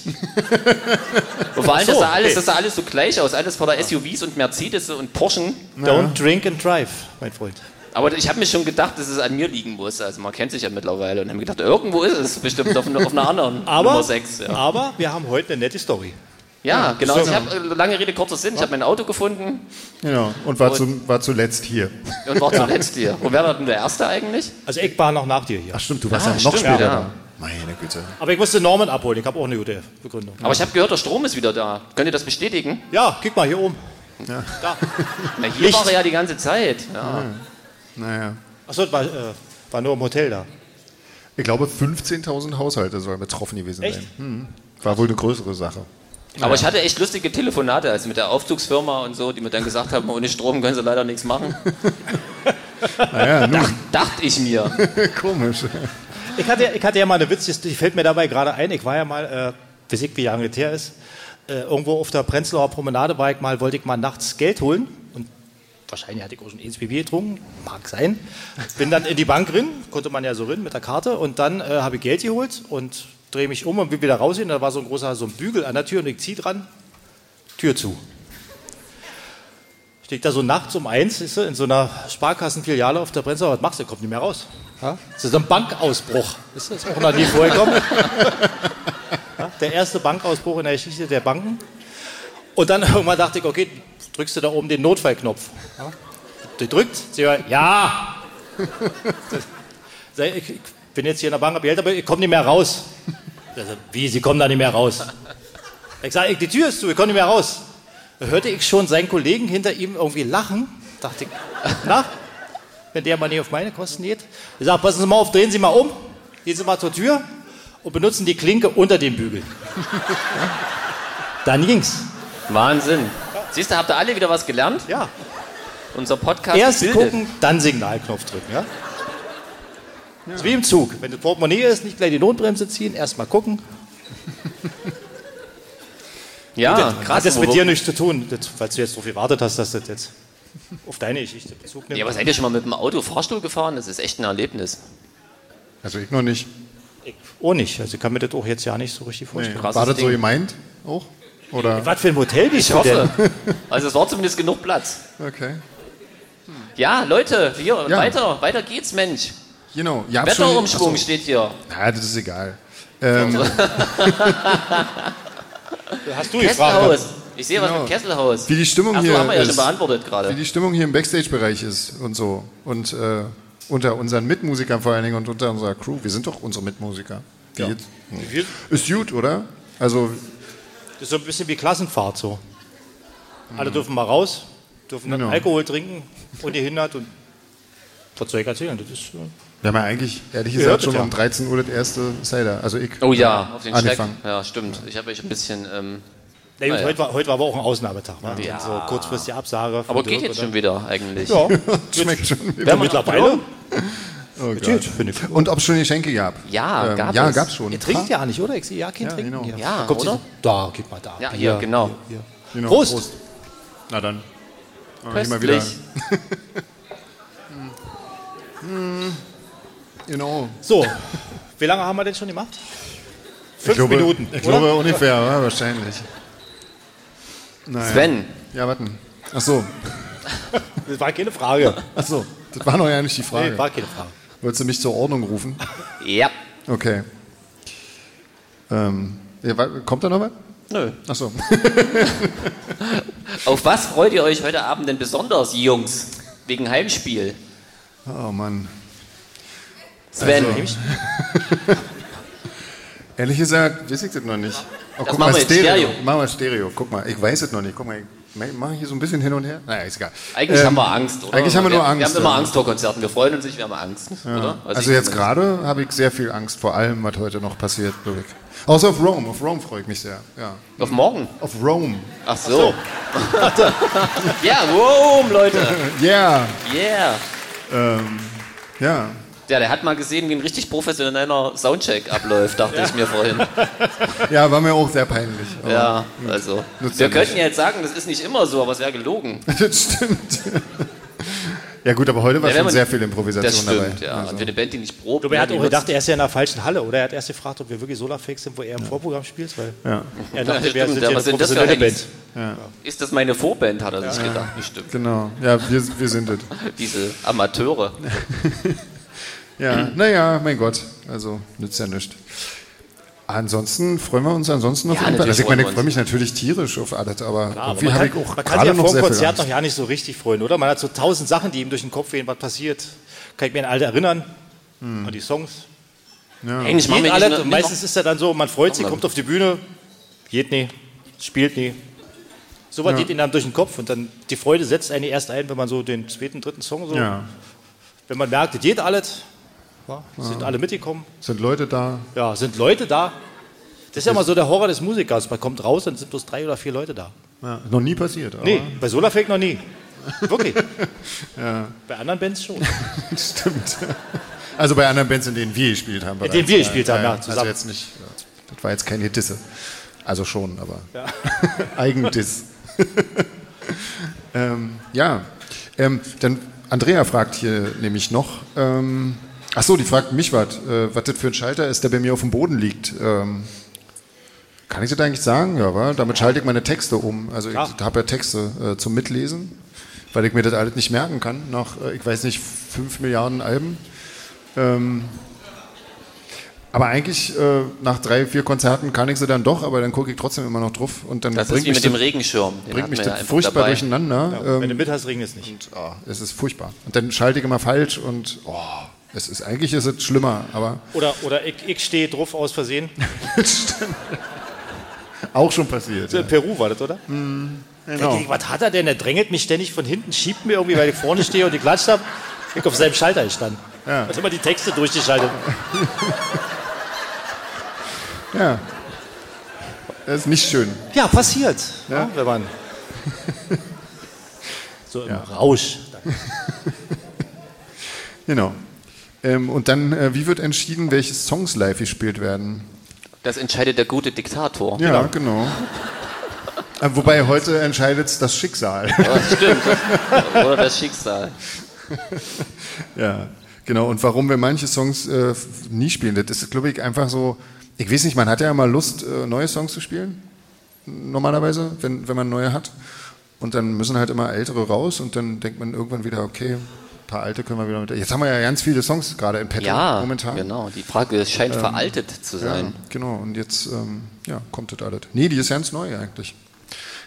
S2: Und vor allem,
S1: Ach so,
S2: das, sah alles,
S1: okay.
S2: das sah alles so gleich aus. Alles voller SUVs und Mercedes und Porschen.
S1: Don't drink and drive, mein Freund.
S2: Aber ich habe mir schon gedacht, dass es an mir liegen muss. Also man kennt sich ja mittlerweile und habe mir gedacht, irgendwo ist es bestimmt auf, auf einer anderen
S1: Aber,
S2: Nummer 6. Ja.
S1: aber wir haben heute eine nette Story.
S2: ja, genau.
S1: so.
S2: Ich habe lange Rede, kurzer Sinn. Ich habe mein Auto gefunden
S3: Genau. Und war, zu, war zuletzt hier.
S2: und war zuletzt hier. Und wer war denn der Erste eigentlich?
S1: Also ich war noch nach dir hier.
S3: Ach stimmt, du warst
S2: Ah,
S3: ja noch
S2: stimmt,
S3: später
S2: ja.
S3: da. Meine Güte.
S1: Aber ich musste Norman abholen, ich habe auch eine gute Begründung.
S2: Aber ich habe gehört, der Strom ist wieder da. Könnt ihr das bestätigen?
S1: Ja, guck mal hier oben.
S2: Na, hier war er ja die ganze Zeit. Ja.
S3: Naja.
S1: Achso, war, äh, war nur im Hotel da.
S3: Ich glaube, 15.000 Haushalte sollen betroffen gewesen
S1: Echt?
S3: sein. Hm. War wohl eine größere Sache.
S2: Aber ich hatte echt lustige Telefonate, also mit der Aufzugsfirma und so, die mir dann gesagt haben, ohne Strom können sie leider nichts machen.
S3: Naja, Ah nun,
S2: Dachte ich mir.
S3: komisch.
S1: Ich hatte, ich hatte ja mal eine Witz, die fällt mir dabei gerade ein. Ich war ja mal, äh, weiß ich, wie lange das her ist, äh, irgendwo auf der Prenzlauer Promenade war ich mal, wollte ich mal nachts Geld holen. Und wahrscheinlich hatte ich auch schon ins Bier getrunken, mag sein. Bin dann in die Bank rein, konnte man ja so rein mit der Karte. Und dann äh, habe ich Geld geholt und drehe mich um und will wieder rausgehen. Da war so ein großer so ein Bügel an der Tür und ich ziehe dran, Tür zu. Stehe ich da so nachts um eins, siehst du, in so einer Sparkassenfiliale auf der Prenzlauer, was machst du? Kommt nicht mehr raus. Das ist so ein Bankausbruch. Das ist auch noch nie vorgekommen. ja, der erste Bankausbruch in der Geschichte der Banken. Und dann irgendwann dachte ich, okay, drückst du da oben den Notfallknopf. Ja. Du drückst, sie hört, ja. Sei- Ich ich bin jetzt hier in der Bank, hab Geld, aber ich komme nicht mehr raus. Also, wie, Sie kommen da nicht mehr raus? Ich sage, die Tür ist zu, ich komme nicht mehr raus. Da hörte ich schon seinen Kollegen hinter ihm irgendwie lachen. Dachte ich, na, wenn der mal nicht auf meine Kosten geht. Ich sage, passen Sie mal auf, drehen Sie mal um, gehen Sie mal zur Tür und benutzen die Klinke unter dem Bügel. Dann ging's.
S2: Wahnsinn. Siehst du, habt ihr alle wieder was gelernt?
S1: Ja.
S2: Unser Podcast
S1: Erst
S2: bildet.
S1: gucken, dann Signalknopf drücken. Ja? Das ist wie im Zug. Wenn das Portemonnaie ist, nicht gleich die Notbremse ziehen, erst mal gucken.
S2: Ja, Ah, krass.
S1: Hat das mit
S2: wo-
S1: dir nichts zu tun, das, falls du jetzt drauf gewartet hast, dass das jetzt auf deine Geschichte Bezug nimmt.
S2: Ja, aber seid ihr schon mal mit dem Auto Fahrstuhl gefahren? Das ist echt ein Erlebnis.
S3: Also ich noch nicht.
S1: Oh nicht. Also ich kann mir das auch jetzt ja nicht so richtig vorstellen.
S2: Krasses
S3: War das so
S2: Ding.
S3: gemeint auch? Oder?
S1: Was für ein Hotel bist
S2: Ich
S1: du denn?
S2: hoffe. Also es war zumindest genug Platz.
S3: Okay.
S2: Ja, Leute, hier,
S3: Ja.
S2: weiter, weiter geht's, Mensch.
S3: Genau. Ja,
S2: Wetterumschwung steht hier.
S3: Na, das ist egal. Ähm,
S1: Hast du
S2: Kesselhaus. Ich sehe was
S3: Genau.
S2: mit Kesselhaus.
S3: Wie die Stimmung
S2: Ach so,
S3: hier
S2: haben wir ja
S3: ist.
S2: schon beantwortet
S3: wie
S2: gerade.
S3: die Stimmung hier im Backstage-Bereich ist und so. Und äh, unter unseren Mitmusikern vor allen Dingen und unter unserer Crew. Wir sind doch unsere Mitmusiker. Wie jetzt?
S1: Wir-
S3: Ist gut, oder? Also,
S1: Das ist so ein bisschen wie Klassenfahrt so. Alle dürfen mal raus, dürfen dann
S3: Genau.
S1: Alkohol trinken, ungehindert und was soll ich erzählen? Das ist, äh,
S3: wir haben ja eigentlich, ehrlich
S1: hört es
S3: gesagt, schon
S1: ja.
S3: um 13 Uhr das erste Cider. Also ich.
S2: Oh ja, auf den Schreck.
S3: angefangen.
S2: Ja, stimmt. Ich habe euch ein bisschen. Ähm,
S1: na gut,
S2: Ah, ja.
S1: heute, war, heute war aber auch ein Ausnahmetag. Ne?
S2: Ja.
S1: So kurzfristige Absage. von
S2: aber geht
S1: Dirk
S2: jetzt
S1: oder-
S2: schon wieder eigentlich.
S1: Ja,
S3: Schmeckt schon.
S1: ja genau. mittlerweile.
S3: Oh Gott.
S1: Geht, finde ich.
S3: Und ob es schon Geschenke gab? Ähm,
S2: Ja, gab
S3: ja,
S2: es.
S3: gab's schon.
S1: Ihr trinkt ja nicht, oder? Ich sehe ja kein Trinken
S3: genau.
S1: hier.
S2: Ja,
S1: Kommt
S2: oder?
S1: Sie- Da, gib mal da.
S2: Ja,
S1: Bier,
S2: hier, genau.
S1: Bier,
S3: Genau.
S1: Prost.
S3: Na dann. Aber hier mal wieder. Hm.
S2: Köstlich.
S3: Genau.
S1: Bier. So, wie lange haben wir denn schon gemacht? Fünf
S3: Ich glaube,
S1: Minuten,
S3: Ich
S1: oder?
S3: glaube ungefähr, ja, wahrscheinlich. Naja.
S2: Sven.
S3: Ja, warten. Ach so.
S1: Das war keine Frage.
S3: Ach so. Das war noch ja nicht die
S1: Nee,
S3: Frage.
S1: war keine Frage.
S3: Wolltest du mich zur Ordnung rufen?
S2: Ja.
S3: Okay. Ähm, ja, wa- kommt da noch was?
S2: Nö.
S3: Ach so.
S2: Auf was freut ihr euch heute Abend denn besonders, Jungs? Wegen Heimspiel.
S3: Oh Mann.
S2: Sven,
S3: Also, Ehrlich gesagt, weiß ich das Oh, noch nicht. Oh,
S2: machen wir jetzt Stereo.
S3: Machen wir Stereo. Guck mal, ich weiß es noch nicht. Guck mal, ich Mache ich hier so ein bisschen hin und her? Naja, ist egal.
S2: Eigentlich
S3: Ähm,
S2: haben wir Angst, oder?
S3: Eigentlich haben wir nur Angst.
S2: Wir haben immer
S3: ja.
S2: Angst vor Konzerten. Wir freuen uns nicht, wir haben Angst, oder?
S3: Also,
S2: ich-
S3: jetzt gerade habe ich sehr viel Angst vor allem, was heute noch passiert, glaube ich. Außer auf Rome. Auf Rome freue ich mich sehr. Ja.
S2: Auf morgen.
S3: Auf Rome.
S2: Ach so. ja, wow, Leute.
S3: Yeah.
S2: Yeah.
S3: Äh, Ähm, ja.
S2: Ja, der hat mal gesehen, wie ein richtig professioneller Soundcheck abläuft, dachte ich mir vorhin.
S3: Ja, war mir auch sehr peinlich. aber-
S2: Ja, also.
S3: Nutzt
S2: wir
S3: ja
S2: könnten
S3: nicht.
S2: ja jetzt sagen, das ist nicht immer so, aber es wäre gelogen.
S3: Das stimmt. Ja gut, aber heute war
S2: Ja, wenn
S3: schon
S2: man-
S3: sehr viel
S2: Das
S3: Improvisation
S2: stimmt,
S3: dabei.
S2: ja.
S3: Also.
S2: Und für eine Band, die nicht probt.
S1: Ich glaube, er hat
S2: ne, die
S1: auch
S2: nutzt-
S1: gedacht, er ist ja in der falschen Halle, oder? Er hat erst gefragt, ob wir wirklich so live fake sind, wo er im Vorprogramm spielt, weil
S3: Ja,
S1: er
S2: Ja,
S1: dachte,
S2: stimmt,
S1: wir sind
S2: ja,
S1: ja eine
S2: was sind das für
S1: professionelle
S2: Hacks?
S1: Band.
S2: Ist das meine Vorband, hat er sich gedacht, bestimmt.
S3: genau. Ja, wir, wir sind es.
S2: Diese Amateure.
S3: Ja, naja, mein Gott. Also nützt ja nichts. Ansonsten freuen wir uns ansonsten noch
S2: Ja,
S3: auf jeden Fall.
S2: natürlich
S3: Also ich meine, ich
S2: freuen wir
S3: freue mich natürlich tierisch auf alles, aber
S1: Aber
S3: irgendwie
S1: man
S3: habe ich
S1: kann-
S3: auch
S1: man kann sich
S3: gerade
S1: ja
S3: noch
S1: vor dem
S3: sehr viel
S1: Konzert noch
S3: Angst.
S1: ja nicht so richtig freuen, oder? Man hat so tausend Sachen, die ihm durch den Kopf gehen, was passiert. Kann ich mir an alle erinnern.
S3: Hm.
S1: An die Songs.
S2: Hey, ich mach
S1: Geht
S2: mir
S1: alle,
S2: nicht noch-
S1: meistens ist ja dann so, man freut sich,
S2: Noch-
S1: kommt auf die Bühne, geht nie, spielt nie. Sowas geht ihnen dann durch den Kopf und dann die Freude setzt einen erst ein, wenn man so den zweiten, dritten Song so,
S3: Ja,
S1: wenn man merkt, es geht alles, ja, sind alle mitgekommen,
S3: sind Leute da?
S1: ja, sind Leute da. Das ist ja immer so der Horror des Musikers. Man kommt raus, dann sind bloß drei oder vier Leute da.
S3: Ja. Noch nie passiert. Aber
S1: Nee, bei Solarfake noch nie. Wirklich. Bei anderen Bands schon.
S3: Stimmt. Also bei anderen Bands, in denen wir gespielt haben. bereits.
S1: denen wir gespielt haben, ja,
S3: Also
S1: zusammen.
S3: jetzt nicht. Ja. Das war jetzt keine Disse. Also schon, aber
S1: Ja.
S3: Eigendiss. ähm, ja, ähm, dann Andrea fragt hier nämlich noch. Ähm, ach so, die fragt mich was. Äh, was das für ein Schalter ist, der bei mir auf dem Boden liegt. Ähm, kann ich das eigentlich sagen? Ja, wa? damit schalte ich meine Texte um. Also ich
S1: Ja.
S3: habe ja Texte äh, zum Mitlesen, weil ich mir das alles nicht merken kann. Nach, äh, ich weiß nicht, fünf Milliarden Alben. Ähm, Aber eigentlich äh, nach drei, vier Konzerten kann ich sie dann doch, aber dann gucke ich trotzdem immer noch drauf und dann
S2: Das
S3: bringt
S2: ist wie
S3: mich
S2: mit dem
S3: das-
S2: Regenschirm. Den
S3: bringt
S2: hatten
S3: mich
S2: wir ja
S3: das
S2: einfach
S3: furchtbar
S2: dabei.
S3: durcheinander.
S1: Wenn
S3: ähm,
S1: du mithast, regnet es nicht.
S3: oh, es ist furchtbar. Und dann schalte ich immer falsch und oh, es ist, eigentlich ist es schlimmer, aber
S1: Oder, oder ich, ich stehe drauf aus Versehen.
S3: auch schon passiert.
S1: In Äh, Peru war das, oder?
S3: Genau.
S1: Ich, was hat er denn? Er drängelt mich ständig von hinten, schiebt mir irgendwie, weil ich vorne stehe und ich klatscht habe. Ich auf seinem Schalter gestanden. Ja. Hat immer die Texte durchgeschaltet.
S3: Ja. Das ist nicht schön.
S1: Ja, passiert. Ja. wenn man. So im Rausch.
S3: Genau. Ähm, und dann, äh, wie wird entschieden, welche Songs live gespielt werden?
S2: Das entscheidet der gute Diktator.
S3: Ja, genau. Äh, Wobei heute entscheidet das Schicksal.
S2: Ja, stimmt. Oder das Schicksal.
S3: Ja, genau. Und warum wir manche Songs äh, f- nie spielen, das ist, glaube ich, einfach so. Ich weiß nicht, man hat ja immer Lust, äh, neue Songs zu spielen. Normalerweise, wenn, wenn man neue hat. Und dann müssen halt immer ältere raus und dann denkt man irgendwann wieder, okay, ein paar alte können wir wieder mit. Jetzt haben wir ja ganz viele Songs gerade im Petto
S2: Ja,
S3: momentan. Ähm,
S2: genau. Die Frage scheint veraltet zu
S3: Ja,
S2: sein.
S3: genau. Und jetzt ähm, ja, kommt das alles. Nee, die ist ganz neu eigentlich.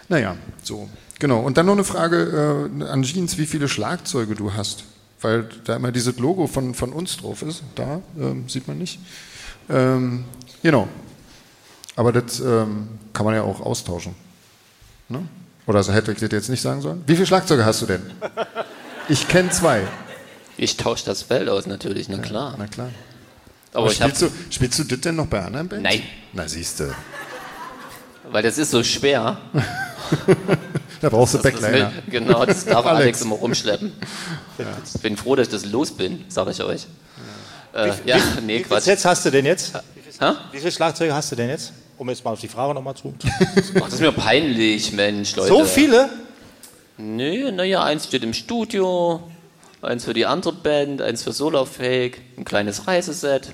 S3: Naja, so. Genau. Und dann noch eine Frage äh, an Jeans, wie viele Schlagzeuge du hast. Weil da immer dieses Logo von, von uns drauf ist. Da ähm, sieht man nicht. Ähm, genau. Aber das ähm, kann man ja auch austauschen. Ne? Oder so hätte ich das jetzt nicht sagen sollen? Wie viele Schlagzeuge hast du denn? Ich kenne zwei.
S2: Ich tausche das Feld aus natürlich, na klar.
S3: Na klar.
S2: Aber Oh, ich habe,
S3: spielst, du, spielst du das denn noch bei anderen Bands?
S2: Nein.
S3: Na siehst du.
S2: weil das ist so schwer.
S3: Da brauchst du
S2: Das ist
S3: Backliner.
S2: mit- genau, das darf Alex.
S3: Alex.
S2: immer rumschleppen. Ich bin froh, dass ich das los bin, sage ich euch. Äh, ja, nee,
S1: Wie viele
S2: Quatsch.
S1: Sets hast du denn jetzt?
S2: Hä?
S1: Wie viele Schlagzeuge hast du denn jetzt? Um jetzt mal auf die Frage nochmal zu.
S2: Ach, das ist mir peinlich, Mensch, Leute.
S1: So viele?
S2: Nee, naja, eins steht im Studio, eins für die andere Band, eins für Solofake, ein kleines Reiseset.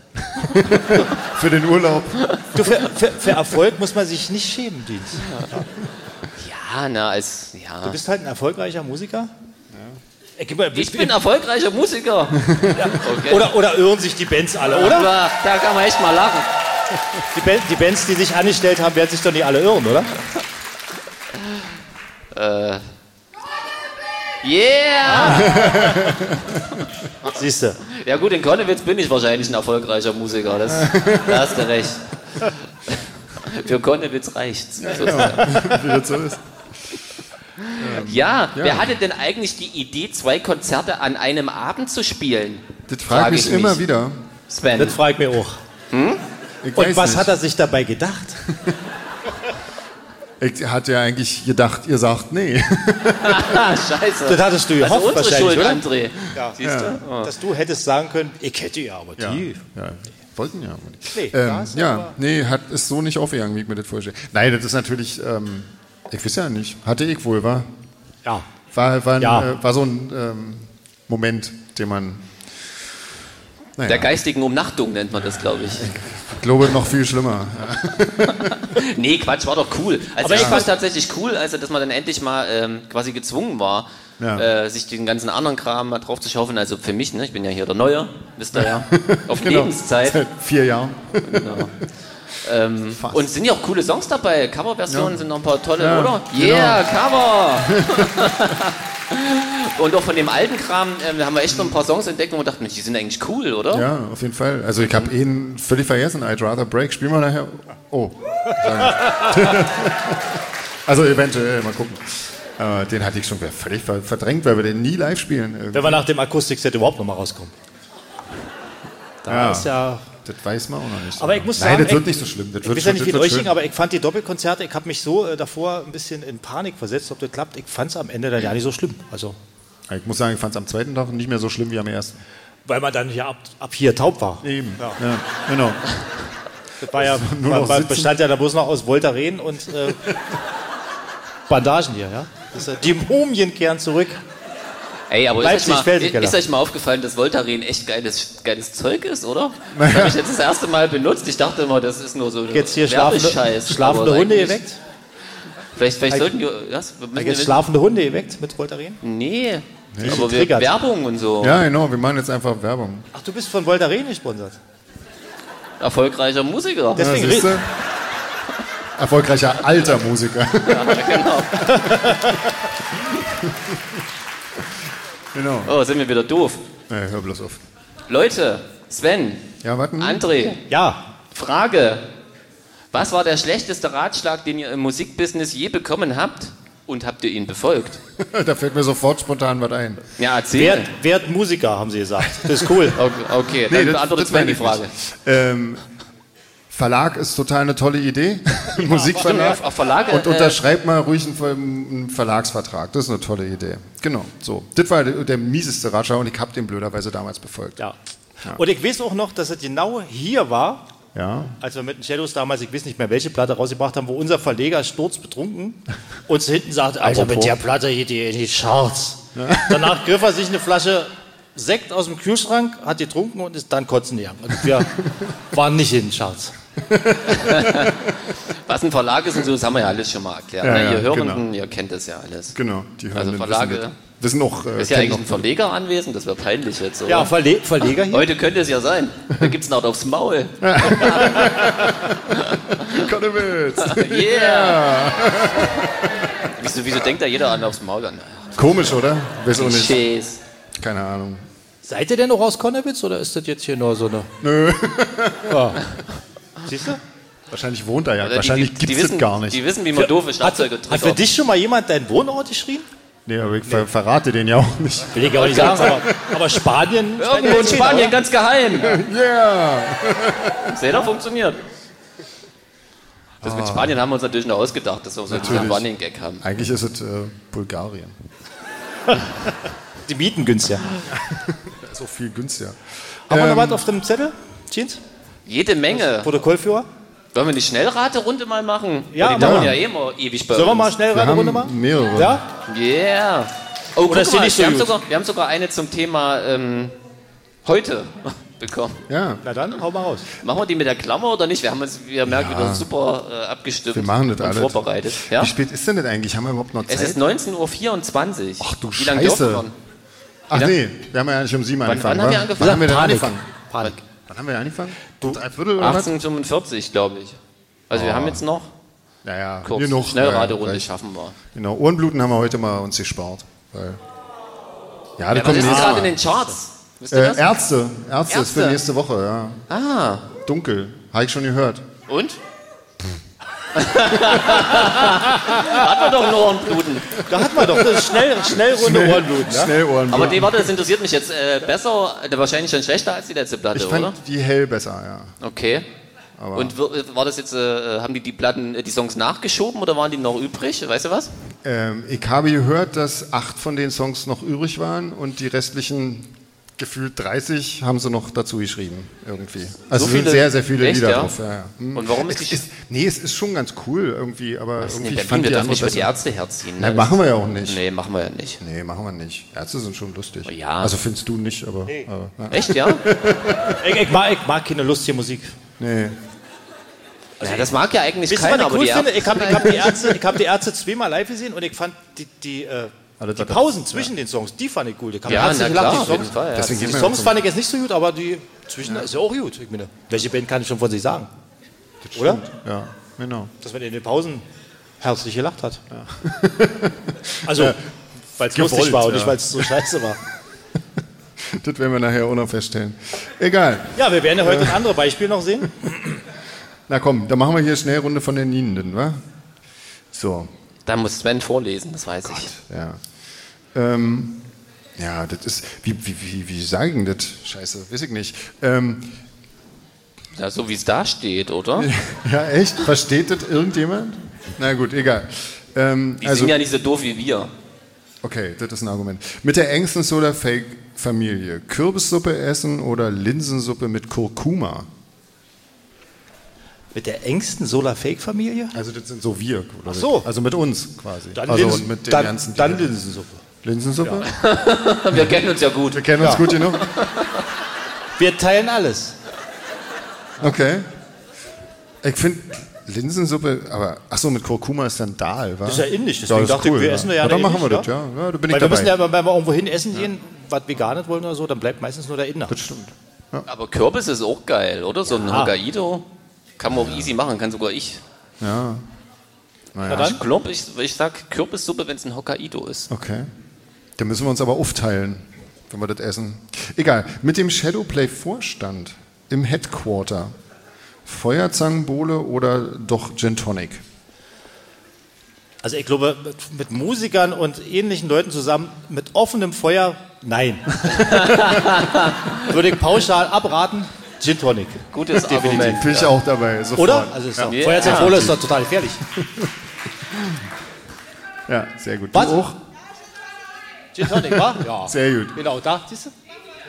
S3: Für den Urlaub.
S1: Du, für, für, für Erfolg muss man sich nicht schämen, Dienst.
S2: Ja, na, als, ja.
S1: Du bist halt ein erfolgreicher Musiker. Ey, gib mal-
S2: Ich bin erfolgreicher Musiker. Okay.
S1: oder, oder irren sich die Bands alle, oder?
S2: Aber da kann man echt mal lachen.
S1: Die, Ban- die Bands, die sich angestellt haben, werden sich doch nicht alle irren, oder?
S2: Yeah!
S1: Siehst du.
S2: Ja gut, in Konnewitz bin ich wahrscheinlich ein erfolgreicher Musiker, das, da hast du recht. Für Konnewitz reicht's.
S3: Wie das so ist. ähm,
S2: Ja, wer hatte denn eigentlich die Idee, zwei Konzerte an einem Abend zu spielen?
S3: Das frage
S2: Frag
S3: ich
S2: ich
S3: immer
S2: mich.
S3: wieder.
S2: Sven.
S1: Das frage ich mir auch.
S3: Ich
S1: Und
S3: weiß
S1: was
S3: nicht.
S1: hat er sich dabei gedacht?
S3: Ich hatte ja eigentlich gedacht, ihr sagt nee.
S2: Ah, scheiße.
S1: Das hattest du
S2: also
S1: gehofft
S2: unsere Schuld,
S1: wahrscheinlich, oder?
S2: André.
S1: Ja.
S2: Siehst du?
S1: Dass du hättest sagen können, ich hätte ja, aber die.
S3: ja. Wollten ja. aber nicht.
S1: Nee,
S3: ähm,
S1: war's
S3: ja, nee, hat, ist so nicht aufgegangen, wie ich mir das vorstelle. Nein, das ist natürlich, ähm, ich weiß ja nicht, hatte ich wohl, war,
S1: Ja.
S3: war, war, ein,
S1: Ja.
S3: äh, war so ein ähm, Moment, den man, naja,
S2: Der geistigen Umnachtung nennt man das, glaube ich.
S3: ich glaube noch viel schlimmer.
S2: Nee, Quatsch, war doch cool. Also
S1: Aber
S2: ich
S1: ja.
S2: fand tatsächlich cool, also dass man dann endlich mal ähm, quasi gezwungen war,
S3: Ja.
S2: äh, sich den ganzen anderen Kram mal drauf zu schaufeln. Also für mich, ne? ich bin ja hier der Neue, wisst ihr ja, auf
S3: Genau.
S2: Lebenszeit.
S3: Seit vier Jahren.
S2: Ähm,
S3: Fast.
S2: und sind ja auch coole Songs dabei. Coverversionen sind noch ein paar tolle,
S3: Ja, genau.
S2: oder? Yeah, Cover! und auch von dem alten Kram ähm, da haben wir echt noch ein paar Songs entdeckt und wir dachten, Mensch, die sind eigentlich cool, oder?
S3: Ja, auf jeden Fall. Also ich habe ihn völlig vergessen. I'd rather break. Spielen wir nachher. Oh. also eventuell, mal gucken. Aber den hatte ich schon völlig ver- verdrängt, weil wir den nie live spielen. Äh,
S1: Wenn wir nach dem Akustikset überhaupt nochmal rauskommen. Da
S3: Ja.
S1: ist ja.
S3: Das weiß man auch noch nicht. so
S1: Aber ich
S3: genau.
S1: muss
S3: Nein,
S1: sagen,
S3: das wird
S1: ey,
S3: nicht so schlimm. Das
S1: Ich
S3: wird
S1: weiß ja
S3: schon,
S1: nicht,
S3: das
S1: wie es
S3: wird
S1: euch
S3: schön.
S1: ging, aber ich fand die Doppelkonzerte, ich habe mich so äh, davor ein bisschen in Panik versetzt, ob das klappt. Ich fand es am Ende dann ja nicht so schlimm. Also,
S3: Ich muss sagen, ich fand es am zweiten Tag nicht mehr so schlimm wie am ersten.
S1: weil man dann ja ab, ab hier taub war.
S3: Eben.
S1: Ja.
S3: Ja. genau.
S1: Das war ja,
S3: Nur
S1: war-
S3: noch
S1: war-
S3: sitzen.
S1: bestand ja da bloß noch aus Voltaren und äh, Bandagen hier, ja. Das ist, ja- die Mumien kehren zurück.
S2: Ey, aber ist euch,
S1: Leipzig,
S2: mal,
S1: Felsenkeller.
S2: ist euch mal aufgefallen, dass Voltaren echt geiles, geiles Zeug ist, oder? Das habe ich jetzt das erste Mal benutzt. Ich dachte immer, das ist nur so
S1: Jetzt hier schlafende,
S2: Werbescheiß.
S1: schlafende
S2: aber
S1: Hunde
S2: eigentlich-
S1: geweckt.
S2: Vielleicht, vielleicht sollten wir... Was? Wir müssen
S1: Jetzt
S2: wir-
S1: schlafende Hunde geweckt mit Voltaren.
S2: nee,
S1: Die
S2: aber wir,
S1: triggert.
S2: Werbung und so.
S3: Ja, genau. Wir machen jetzt einfach Werbung.
S1: Ach, du bist von Voltaren gesponsert.
S2: Erfolgreicher Musiker.
S1: Das-
S3: Ja,
S1: Deswegen
S3: siehste? Erfolgreicher alter Musiker.
S2: genau.
S3: genau.
S2: Oh, sind wir wieder doof.
S3: Äh, hör bloß auf.
S2: Leute, Sven,
S3: Ja,
S1: Hm?
S3: warten.
S2: André,
S1: Ja,
S2: Frage. Was war der schlechteste Ratschlag, den ihr im Musikbusiness je bekommen habt? Und habt ihr ihn befolgt?
S3: da fällt mir sofort spontan was ein.
S2: Ja, erzähl.
S1: werd, werd Musiker, haben sie gesagt. Das ist cool.
S2: Okay, okay,
S3: Nee,
S2: dann
S3: das-
S2: beantwortet
S3: das
S2: Sven die
S3: meine ich
S2: Frage.
S3: nicht. Ähm, Verlag ist total eine tolle Idee. Musikverlag.
S2: Stimmt, auf Verlage,
S3: Und
S2: äh,
S3: unterschreibt mal ruhig einen, Ver- einen Verlagsvertrag. Das ist eine tolle Idee. Genau. So. Das war der, der mieseste Ratschlag und ich habe den blöderweise damals befolgt.
S1: Ja. Und ich weiß auch noch, dass es genau hier war,
S3: Ja.
S1: als wir mit den Shadows damals, ich weiß nicht mehr, welche Platte rausgebracht haben, wo unser Verleger sturzbetrunken uns hinten sagte, Alter, Also
S3: Apropos.
S1: mit der Platte geht ihr in die Charts. Danach griff er sich eine Flasche Sekt aus dem Kühlschrank, hat die getrunken und ist dann kotzen gegangen. Und wir waren nicht in den Charts.
S2: Was ein Verlag ist und so, das haben wir ja alles schon mal erklärt.
S3: Ja,
S2: ne?
S3: ja,
S2: ihr Hörenden,
S3: genau.
S2: ihr kennt das ja alles.
S3: Genau. Die hören
S2: Also
S3: den
S2: Verlage-
S3: Wissen, das- wissen auch. Äh,
S2: Ist ja
S3: kennen
S2: eigentlich ein Verleger anwesend? Das wäre peinlich jetzt, oder?
S1: Ja, Oh, Verle Verleger hier.
S2: Heute könnte es ja sein. Da gibt's einen Ort aufs Maul.
S3: noch- Connewitz.
S2: Yeah! wieso, wieso denkt da jeder an aufs Maul an?
S3: Komisch, oder? Weiß auch nicht.
S2: Klischees.
S3: Keine Ahnung.
S1: Seid ihr denn noch aus Konnewitz oder ist das jetzt hier nur so eine...
S3: Nö.
S1: Ja. Siehst du?
S3: Wahrscheinlich wohnt er ja.
S2: Oder die-
S3: Wahrscheinlich
S2: die-
S3: gibt
S2: die
S3: es
S2: wissen-
S3: das gar nicht.
S2: Die wissen, wie man doofe
S1: Hat,
S2: Schlagzeuge
S1: hat für dich schon mal jemand deinen Wohnort geschrieben?
S3: Nee, aber ich ver verrate den ja auch nicht.
S1: Will ich aber nicht sagen, aber, aber Spanien...
S2: Irgendwo in Spanien, ganz geheim.
S3: Yeah!
S2: Seht ihr, funktioniert. Das mit Spanien haben wir uns natürlich noch ausgedacht, dass wir so einen
S3: Ah. Natürlich.
S2: Running Gag haben.
S3: Eigentlich ist es äh, Bulgarien.
S1: Die Mieten günstiger.
S3: Das ist auch viel günstiger.
S1: Haben wir
S3: Ähm,
S1: noch was auf dem Zettel? Jeans?
S2: Jede Menge.
S1: Protokollführer?
S2: Wollen wir die Schnellrate-Runde mal machen?
S1: Ja,
S2: Weil die dauern
S1: machen
S2: ja
S1: wir.
S2: eh immer ewig bei
S1: Sollen wir
S2: uns.
S1: mal schnell
S3: Wir
S1: eine Runde
S3: haben
S1: machen?
S3: mehrere.
S1: Ja?
S2: Yeah. Oh,
S1: Oder
S2: guck
S1: ist die
S2: mal,
S1: nicht so
S2: wir, haben
S1: gut?
S2: sogar, wir haben sogar eine zum Thema ähm, heute bekommen.
S3: Ja,
S1: Na dann, hau mal raus.
S2: Machen wir die mit der Klammer oder nicht? Wir haben uns, wir merken, wir sind super äh, abgestimmt
S3: wir machen das
S2: und
S3: alles.
S2: vorbereitet. Ja?
S3: Wie spät ist denn das eigentlich? Haben wir überhaupt noch Zeit?
S2: Es ist 19.24 Uhr.
S3: Ach du
S2: Wie lange
S3: Scheiße.
S2: dürfen wir?
S3: Ach
S2: Ja.
S3: nee, wir haben ja nicht um sieben angefangen.
S2: wann haben
S3: wa?
S2: wir angefangen?
S3: Wann haben wir denn
S1: Panik.
S3: angefangen?
S1: Panik.
S3: Wann haben wir angefangen? Du, ein Viertel oder was?
S2: 18.45 glaube ich. Also wir haben jetzt noch
S3: Naja,
S2: kurz.
S3: genug.
S2: Schnellraterunde
S3: Ja, reicht.
S2: schaffen wir.
S3: Genau, Ohrenbluten haben wir heute mal uns gespart. Weil ja, da
S2: Was
S3: kommt
S2: ist denn
S3: nächstes
S2: gerade in
S3: Mal.
S2: den Charts? Wisst ihr
S3: Äh,
S2: das?
S3: Ärzte, Ärzte ist für
S2: Ärzte.
S3: nächste Woche, ja.
S2: ah,
S3: Dunkel, habe ich schon gehört.
S2: und? Hat man doch einen Ohrenbluten.
S1: Da hat man doch das schnell, schnell runde Ohrenbluten.
S2: ne?
S1: Ja?
S3: Schnell Ohren.
S2: Aber die Worte, das interessiert mich jetzt äh, besser, äh, wahrscheinlich schon schlechter als die letzte Platte,
S3: ich fand
S2: oder?
S3: die hell besser, ja.
S2: Okay. Und wir- war das jetzt, äh, haben die die Platten, äh, die Songs nachgeschoben oder waren die noch übrig? Weißt du was?
S3: Ähm, ich habe gehört, dass acht von den Songs noch übrig waren und die restlichen gefühlt 30 haben sie noch dazu geschrieben, irgendwie. Also es sind
S2: viele?
S3: sehr, sehr viele
S2: Echt,
S3: Lieder
S2: ja?
S3: drauf. Ja, ja. Hm.
S2: Und warum ist
S3: es
S2: die-
S3: ist, Nee, es ist schon ganz cool irgendwie, aber
S2: Das ist
S3: irgendwie
S2: in
S3: ich
S2: Berlin,
S3: fand
S2: wir
S3: die
S2: dürfen
S3: andere
S2: nicht über die
S3: besser.
S2: Ärzte herziehen.
S3: Nein,
S2: ne?
S3: machen wir ja auch nicht. Nee.
S2: Nee, machen wir ja nicht.
S3: machen wir nicht. Ärzte sind schon lustig.
S2: Oh Ja.
S3: Also findest du nicht, aber. aber ja.
S2: Echt, ja?
S1: Ich, ich, mag, ich mag keine lustige Musik.
S3: Nee.
S2: ja? Das mag ja eigentlich
S1: Wisst ihr, was
S2: keiner,
S1: ich
S2: aber
S1: cool
S2: die
S1: finde?
S2: Ärzte.
S1: Ich habe ich hab die, Ärzte- ich hab die Ärzte zweimal live gesehen und ich fand die, die, äh,
S3: Alles
S1: die
S3: hat er-
S1: Pausen zwischen den Songs, die fand ich cool. Ich hab
S2: Ja,
S1: herzlich
S2: na
S1: gelacht,
S2: klar,
S1: die
S2: auf jeden
S1: Songs-
S2: Fall. ja.
S3: Deswegen
S1: Die
S3: geht man
S1: Songs
S3: jetzt-
S1: fand ich jetzt nicht so gut, aber die zwischen ist ja auch gut. Ich meine, welche Band kann ich schon von sich sagen? Oder?
S3: Ja, genau.
S1: Dass man in den Pausen herzlich gelacht hat. Also, weil es
S3: Gewollt,
S1: lustig war und
S3: ja.
S1: nicht, weil es so scheiße war.
S3: Das werden wir nachher auch noch feststellen. Egal.
S1: Ja, wir werden ja heute ein anderes Beispiel noch sehen.
S3: Na komm, dann machen wir hier schnell Runde von den Nienden, wa? So,
S2: Da muss Sven vorlesen, das weiß ich.
S3: ja. Ähm, ja, das ist. Wie, wie, wie, wie sagen das? Scheiße, weiß ich nicht. Ähm,
S2: Ja, so wie es da steht, oder? Die
S3: ja, echt? Versteht das irgendjemand? Na gut, egal. Ähm, also,
S2: sind ja nicht so doof wie wir.
S3: okay, das ist ein Argument. Mit der engsten oder Fake-Familie. Kürbissuppe essen oder Linsensuppe mit Kurkuma?
S1: Mit der engsten Solar-Fake-Familie?
S3: Also, das sind so wir. Oder? Ach
S1: so.
S3: Also mit uns quasi.
S1: Dann
S3: also
S1: Linsen-
S3: und mit den
S1: dann-
S3: ganzen.
S1: dann
S3: Tieren.
S1: Linsensuppe.
S3: Linsensuppe?
S2: Wir kennen uns ja gut.
S3: Wir kennen uns gut genug.
S1: Wir teilen alles.
S3: Okay. Ich finde Linsensuppe, aber ach so mit Kurkuma ist dann Dahl, wa?
S1: Das ist ja indisch, deswegen dachte ich, wir essen ja
S3: ja
S1: alle
S3: Dann machen wir
S1: indisch,
S3: das, ja. ja da bin ich
S1: Weil wir
S3: dabei.
S1: müssen ja, wenn wir irgendwo hin essen gehen, was veganet wollen oder so, dann bleibt meistens nur der Inner.
S3: das stimmt.
S2: Aber Kürbis ist auch geil, oder? So ein Hokkaido. Kann man auch easy machen, kann sogar ich.
S3: Ja. Naja.
S1: Na dann?
S2: Ich glaube, ich, ich sag Kürbissuppe, wenn es ein Hokkaido ist.
S3: Okay. Dann müssen wir uns aber aufteilen, wenn wir das essen. Egal. Mit dem Shadowplay-Vorstand im Headquarter. Feuerzangenbowle oder doch Gin Tonic?
S1: Also ich glaube, mit, mit Musikern und ähnlichen Leuten zusammen, mit offenem Feuer, nein. Würde ich pauschal abraten, Gin Tonic.
S2: Gutes Argument.
S3: Bin ich auch dabei, sofort.
S1: Oder? Also ist doch,
S2: Ja.
S1: Feuer zur Kohle ist doch total gefährlich.
S3: Ja, sehr gut.
S1: Was?
S3: Du auch?
S1: Gin Tonic, wa? Ja.
S3: Sehr gut.
S1: Genau, da, siehst du?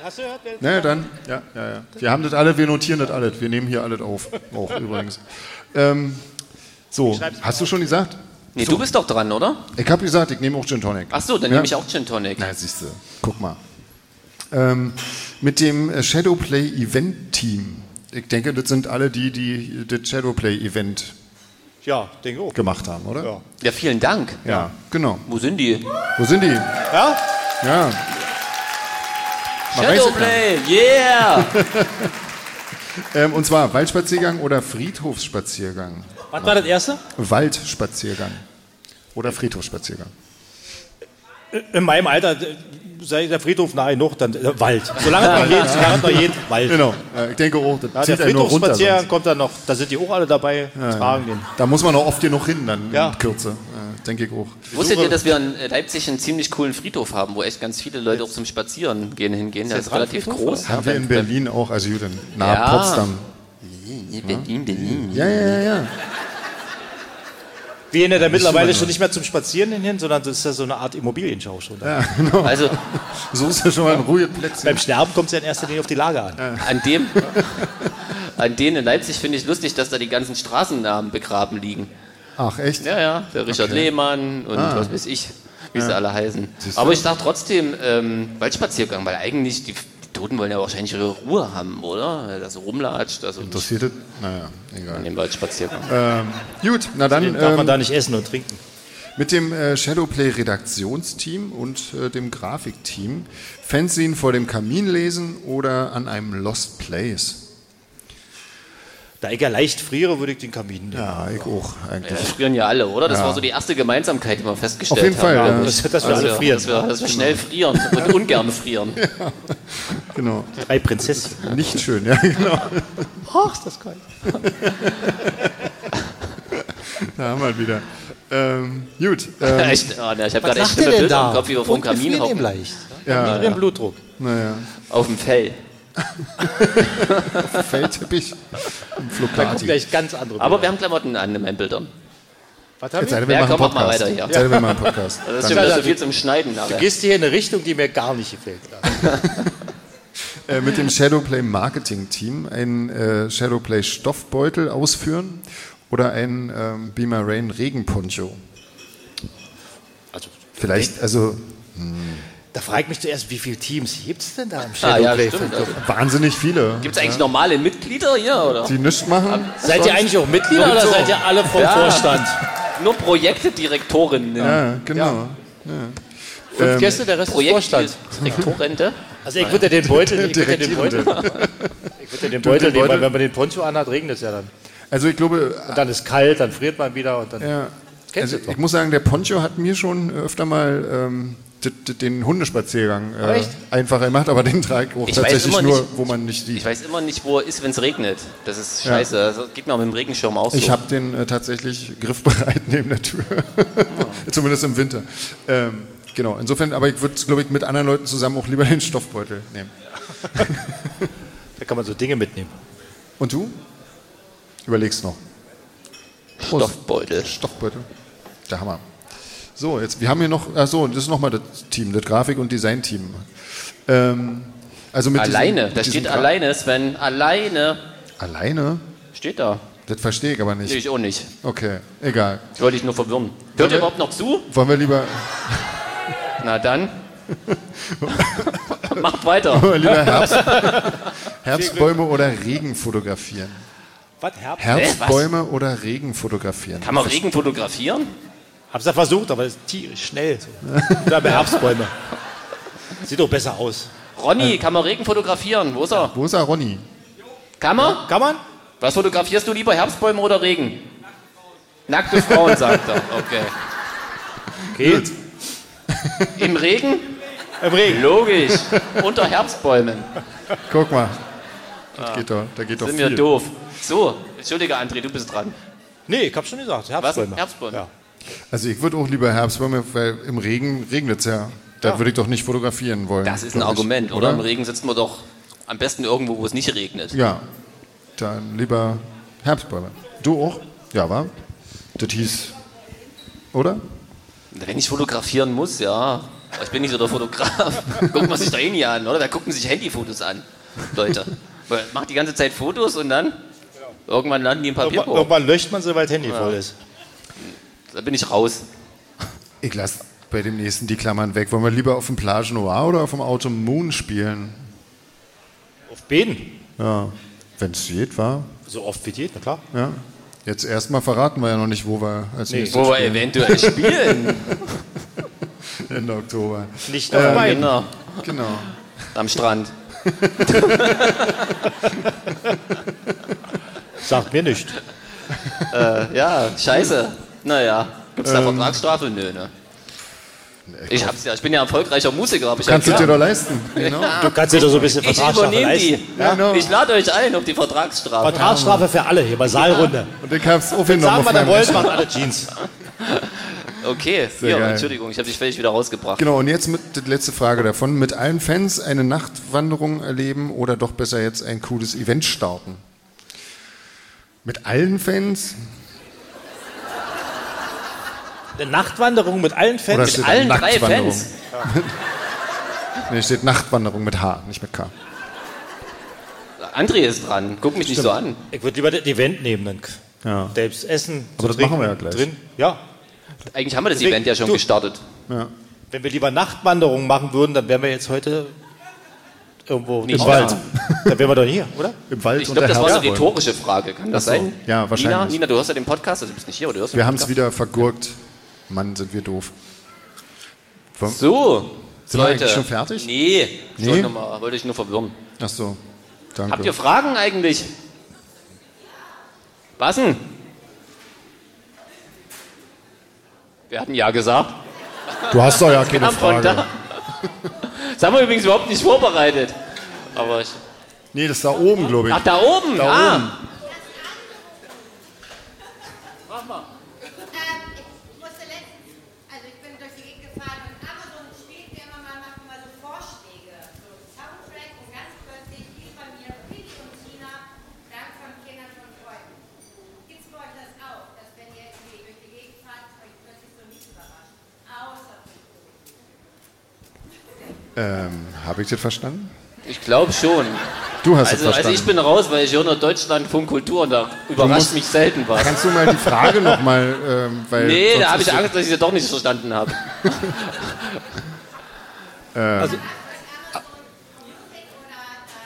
S1: Hast du gehört? wer-
S3: Na ja, Ne, dann. Ja, ja, ja. Wir haben das alle, wir notieren das alles. Wir nehmen hier alles auf. Auch übrigens. Ähm, so, hast du schon gesagt?
S2: Nee, du bist doch dran, oder?
S3: Ich habe gesagt, ich nehme auch Gin Tonic.
S2: Ach so, dann
S3: Ja.
S2: nehme ich auch Gin Tonic.
S3: Na, siehst du. Guck mal. Ähm, mit dem äh, Shadowplay Event Team. Ich denke, das sind alle die, die das Shadowplay Event
S1: Ja, denke auch.
S3: gemacht haben, oder? Ja.
S2: Ja, vielen Dank.
S3: Ja, genau.
S2: Wo sind die?
S3: Wo sind die?
S1: Ja?
S3: Ja. Man weiß es gar nicht.
S2: Shadowplay, yeah!
S3: Ähm, und zwar Waldspaziergang oder Friedhofsspaziergang?
S1: Was war das erste?
S3: Waldspaziergang oder Friedhofsspaziergang.
S1: In meinem Alter äh, sei der Friedhof nahe noch, dann äh, Wald. Solange es noch geht, solange es noch geht, Wald.
S3: Genau, äh, ich denke auch, das
S1: Ja, der
S3: zieht einen nur runter.
S1: Friedhofsspaziergang
S3: Sonst.
S1: kommt dann noch, da sind die auch alle dabei, tragen den.
S3: Da muss man auch oft genug hin, dann
S1: Ja.
S3: in Kürze, äh, denke ich auch.
S2: Wusstet ihr, dass wir in Leipzig einen ziemlich coolen Friedhof haben, wo echt ganz viele Leute auch zum Spazieren gehen hingehen? Der ist relativ groß.
S3: Haben wir in Berlin auch, also gut, in- nahe
S2: Ja.
S3: Potsdam.
S2: Berlin, Berlin.
S3: ne? Ja, ja, ja, ja.
S1: Wir gehen ja da mittlerweile schon nicht mehr zum Spazieren hin, sondern das ist ja so eine Art Immobilienschau schon.
S2: Also
S3: So ist ja schon mal ein ruhiges Plätzchen.
S1: Beim Sterben kommt es ja in erster Linie auf die Lage an.
S2: an dem, an denen in Leipzig finde ich lustig, dass da die ganzen Straßennamen begraben liegen.
S3: Ach, echt?
S2: Ja, ja, der Richard Lehmann und was weiß ich, wie sie alle heißen.
S3: Ah. Siehst du?
S2: Aber ich sag trotzdem, ähm, Waldspaziergang, weil eigentlich die, die Toten wollen ja wahrscheinlich ihre Ruhe haben, oder? Weil Das rumlatscht, also nicht
S3: Interessiert das? Naja, egal.
S2: an dem Waldspaziergang.
S3: Gut, na dann
S1: Darf man
S3: ähm,
S1: da nicht essen und trinken.
S3: mit dem äh, Shadowplay-Redaktionsteam und äh, dem Grafikteam Fanzine vor dem Kamin lesen oder an einem Lost Place?
S1: Da ich ja leicht friere, würde ich den Kamin nehmen.
S3: Ja, ich auch eigentlich.
S2: Das frieren ja alle, oder? Das war so die erste Gemeinsamkeit, die wir festgestellt Also,
S3: Auf jeden
S2: haben.
S3: Fall,
S2: glaub
S3: ja.
S2: ich.
S1: Dass, dass wir
S2: Dass
S1: alle
S2: wir,
S1: frieren.
S2: dass
S4: ne?
S2: wir, dass wir schnell frieren und ungern frieren.
S3: Genau.
S1: Drei Prinzesschen.
S3: Nicht schön, ja, genau.
S1: Ach, ist das geil.
S3: Da haben wir ihn wieder. Ähm, gut. Ähm,
S2: echt, oh, ne, ich habe
S4: Was macht
S2: gerade echt
S4: ihr
S2: schlimme
S4: denn
S2: Bilder im
S4: da?
S2: Kopf, wie wir vor dem
S4: Und gefriert
S2: Kamin
S4: ihm
S2: hocken.
S4: leicht.
S1: Ja. Den Blutdruck.
S3: naja,
S2: Auf dem Fell.
S3: Feldteppich im
S1: Das
S3: Flugparty.
S1: gleich ganz andere
S2: Aber wir haben Klamotten an in meinen Bildern.
S1: Was haben
S3: Jetzt seid
S1: wir?
S3: ihr, wir
S2: Ja,
S3: machen
S2: komm, mach mal
S3: Podcast.
S2: weiter hier.
S3: Jetzt seid ihr, wir machen Podcast.
S2: Das ist
S3: Dann-
S2: schon wieder so also viel zum Schneiden.
S1: Du
S2: Aber.
S1: gehst hier in eine Richtung, die mir gar nicht gefällt.
S3: äh, mit dem Shadowplay Marketing Team einen äh, Shadowplay Stoffbeutel ausführen oder einen ähm, Beamer Rain Regenponcho.
S1: Also,
S3: Vielleicht, also
S1: da frage ich mich zuerst, wie viele Teams gibt es denn da im
S2: Ah, ja,
S1: Shadowplay?
S2: stimmt. Also,
S3: wahnsinnig viele,
S2: Gibt es eigentlich normale Mitglieder hier? Oder?
S3: die nichts machen.
S1: seid ihr eigentlich auch Mitglieder oder seid ihr alle vom
S2: Ja.
S1: Vorstand?
S2: Nur Projektedirektorinnen.
S3: Ja, genau.
S1: Fünf Gäste, der Rest ist Vorstand.
S2: Projektdirektorente.
S1: Ähm, Also ich würde den Beutel, ich würde den Beutel,
S3: Direktierende.
S1: ich würde den Beutel
S3: den
S1: nehmen, weil
S3: Beutel.
S1: wenn man den Poncho anhat, regnet es ja dann.
S3: Also ich glaube,
S1: Und dann ist kalt, dann friert man wieder und dann.
S3: Ja.
S1: Kennst
S3: Also,
S1: du doch.
S3: ich muss sagen, der Poncho hat mir schon äh, öfter mal ähm, d- d- den Hundespaziergang äh,
S1: Echt?
S3: einfacher gemacht, aber den trage ich auch
S2: Ich weiß
S3: tatsächlich
S2: immer
S3: nur,
S2: nicht-
S3: wo man nicht
S2: Ich
S3: sieht.
S2: weiß immer nicht, wo er ist, wenn es regnet. Das ist scheiße. Das geht mir auch mit dem Regenschirm aus.
S3: Ich habe den äh, tatsächlich griffbereit neben der Tür. Zumindest im Winter. Ähm, genau, insofern, aber ich würde, glaube ich, mit anderen Leuten zusammen auch lieber den Stoffbeutel nehmen.
S1: Da kann man so Dinge mitnehmen.
S3: Und du? Überlegst noch.
S2: Stoffbeutel.
S3: Stoffbeutel. Der Hammer. So, jetzt, wir haben hier noch, ach so, das ist nochmal das Team, das Grafik- und Design-Team. Ähm, also mit diesem-
S2: Alleine. Da
S3: diesem
S2: steht
S3: Gra-
S2: alleine, Sven. Alleine.
S3: Alleine?
S2: Steht da.
S3: Das verstehe ich aber
S2: Nee,
S3: nicht.
S2: ich auch nicht.
S3: Okay, egal.
S2: Ich wollte dich nur verwirren. Hört
S3: wir-
S2: ihr überhaupt noch zu?
S3: Wollen wir lieber,
S2: Na dann. Macht weiter.
S3: wollen wir lieber Herbst, Herbstbäume oder Regen fotografieren?
S1: Was, Herbst?
S3: Herbstbäume oder Regen fotografieren?
S2: Kann man Regen fotografieren?
S1: Hab's ja versucht, aber es ist tierisch schnell. So. Oder bei Herbstbäume. Sieht doch besser aus.
S3: Äh.
S2: Ronny, kann man Regen fotografieren? Wo ist er?
S3: Wo ist er, Ronny?
S2: Kann man?
S1: Kann man?
S2: Was fotografierst du lieber, Herbstbäume oder Regen? Nackte Frauen, sagt er. Okay.
S1: Okay.
S2: Im Regen?
S1: Im Regen.
S2: Logisch. Unter Herbstbäumen.
S3: Guck mal. Das geht doch, da geht doch
S2: Ah. Sind
S3: viel.
S2: wir doof. So, entschuldige André, du bist dran.
S1: Nee, ich hab schon gesagt. Herbstbäume.
S2: Herbstbäume?
S1: Ja.
S3: Also ich würde auch lieber Herbstbäume, weil im Regen regnet es ja. Da würde ich doch nicht fotografieren wollen.
S2: Das ist ein
S3: glaub ich,
S2: Argument, oder? Im Regen sitzen wir doch am besten irgendwo, wo es nicht regnet.
S3: Ja, dann lieber Herbstbäume. Du auch? Ja, war? Das hieß, oder?
S2: Wenn ich fotografieren muss, ja. Aber ich bin nicht so der Fotograf. Guckt man sich da eh nie an, oder? Da gucken sich Handyfotos an, Leute. Weil Macht die ganze Zeit Fotos und dann irgendwann landen die im
S1: Irgendwann,
S2: Papierkorb.
S1: irgendwann löscht man so, weil das Handy voll ist.
S2: Da bin ich raus.
S3: Ich lasse bei dem nächsten die Klammern weg. Wollen wir lieber auf dem Plage Noir oder auf dem Auto Moon spielen?
S1: Auf Beden.
S3: Ja, wenn es geht, war.
S1: So oft wie geht, na klar.
S3: Ja. Jetzt erstmal verraten wir ja noch nicht, wo wir als nächstes
S2: Wo wir eventuell spielen.
S3: Ende Oktober.
S1: Nicht noch ähm, meinen.
S2: genau.
S3: Genau.
S2: Am Strand.
S1: Sagt mir nicht.
S2: Ja, scheiße. Naja, gibt's
S3: Ähm.
S2: da Vertragsstrafe? Nö, ne? Ich, hab's ja, ich bin ja erfolgreicher Musiker, hab ich
S3: Kannst du
S2: ja
S3: dir
S2: gesagt.
S3: doch leisten. Genau.
S1: Du kannst dir da so ein bisschen
S2: Ah. Ich
S1: Vertragsstrafe
S2: übernehme
S1: leisten.
S2: die.
S3: Ja, genau.
S2: Ich lade euch ein auf die Vertragsstrafe.
S1: Vertragsstrafe für alle hier bei Saalrunde.
S2: Ah.
S3: Und ich hab's aufgenommen.
S1: Sagen
S3: auf
S1: wir, der
S3: meinem
S1: Wolf
S3: Rechner.
S1: macht alle Jeans.
S2: Okay, hier,
S3: geil.
S2: Entschuldigung, ich habe dich völlig wieder rausgebracht.
S3: Genau, und jetzt mit die letzte Frage davon. Mit allen Fans eine Nachtwanderung erleben oder doch besser jetzt ein cooles Event starten? Mit allen Fans?
S1: Eine Nachtwanderung mit allen
S3: Oder
S1: Fans.
S3: steht da
S2: allen drei
S3: Nacktwanderung?
S2: Fans?
S3: nee, steht Nachtwanderung mit H, nicht mit K.
S2: André ist dran, guck mich nicht so an.
S1: Ich würde lieber das Event nehmen. Dann.
S3: Ja.
S1: Selbst essen. zu
S3: Aber das machen
S1: trinken,
S3: wir ja gleich.
S1: Drin. Ja.
S2: Eigentlich haben wir das
S1: Deswegen,
S2: Event ja schon
S1: du-
S2: gestartet.
S3: Ja.
S1: Wenn wir lieber Nachtwanderungen machen würden, dann wären wir jetzt heute irgendwo
S2: Nicht
S1: im
S2: da.
S1: Wald. Dann wären wir doch hier, oder?
S3: Im Wald
S2: Ich glaube, das war eine
S3: Herbstbäumen.
S2: rhetorische Frage, kann das
S3: Ach so.
S2: sein?
S3: Ja, wahrscheinlich.
S2: Nina, Nina, du hörst ja den Podcast, also du bist nicht hier, oder du hörst
S3: Wir
S2: den
S3: haben es
S2: Podcast?
S3: wieder vergurkt. Mann, sind wir doof.
S2: So,
S3: Sind wir
S2: Leute.
S3: eigentlich schon fertig?
S2: Nee, ich
S3: Nee?
S2: wollte, noch mal, wollte ich nur verwirren.
S3: Ach so, danke.
S2: Habt ihr Fragen eigentlich? Was denn? Wir hatten ja gesagt.
S3: du hast doch ja keine
S2: Kam von da.
S3: Frage.
S2: Das haben wir übrigens überhaupt nicht vorbereitet. Aber ich,
S3: Nee, das ist da oben,
S2: Ah,
S3: glaube ich.
S2: ach, da oben.
S3: Da
S2: ah.
S3: oben. Ähm, Habe ich das verstanden?
S2: Ich glaube schon.
S3: Du
S2: Also,
S3: hast das
S2: also
S3: verstanden.
S2: ich bin raus, weil ich höre nur Deutschlandfunk Kultur und da überrascht mich selten was.
S3: Kannst du mal die Frage nochmal, ähm, weil.
S2: Nee,
S3: sonst
S2: da habe ich
S3: ist-
S2: Angst, dass ich sie doch nicht verstanden habe.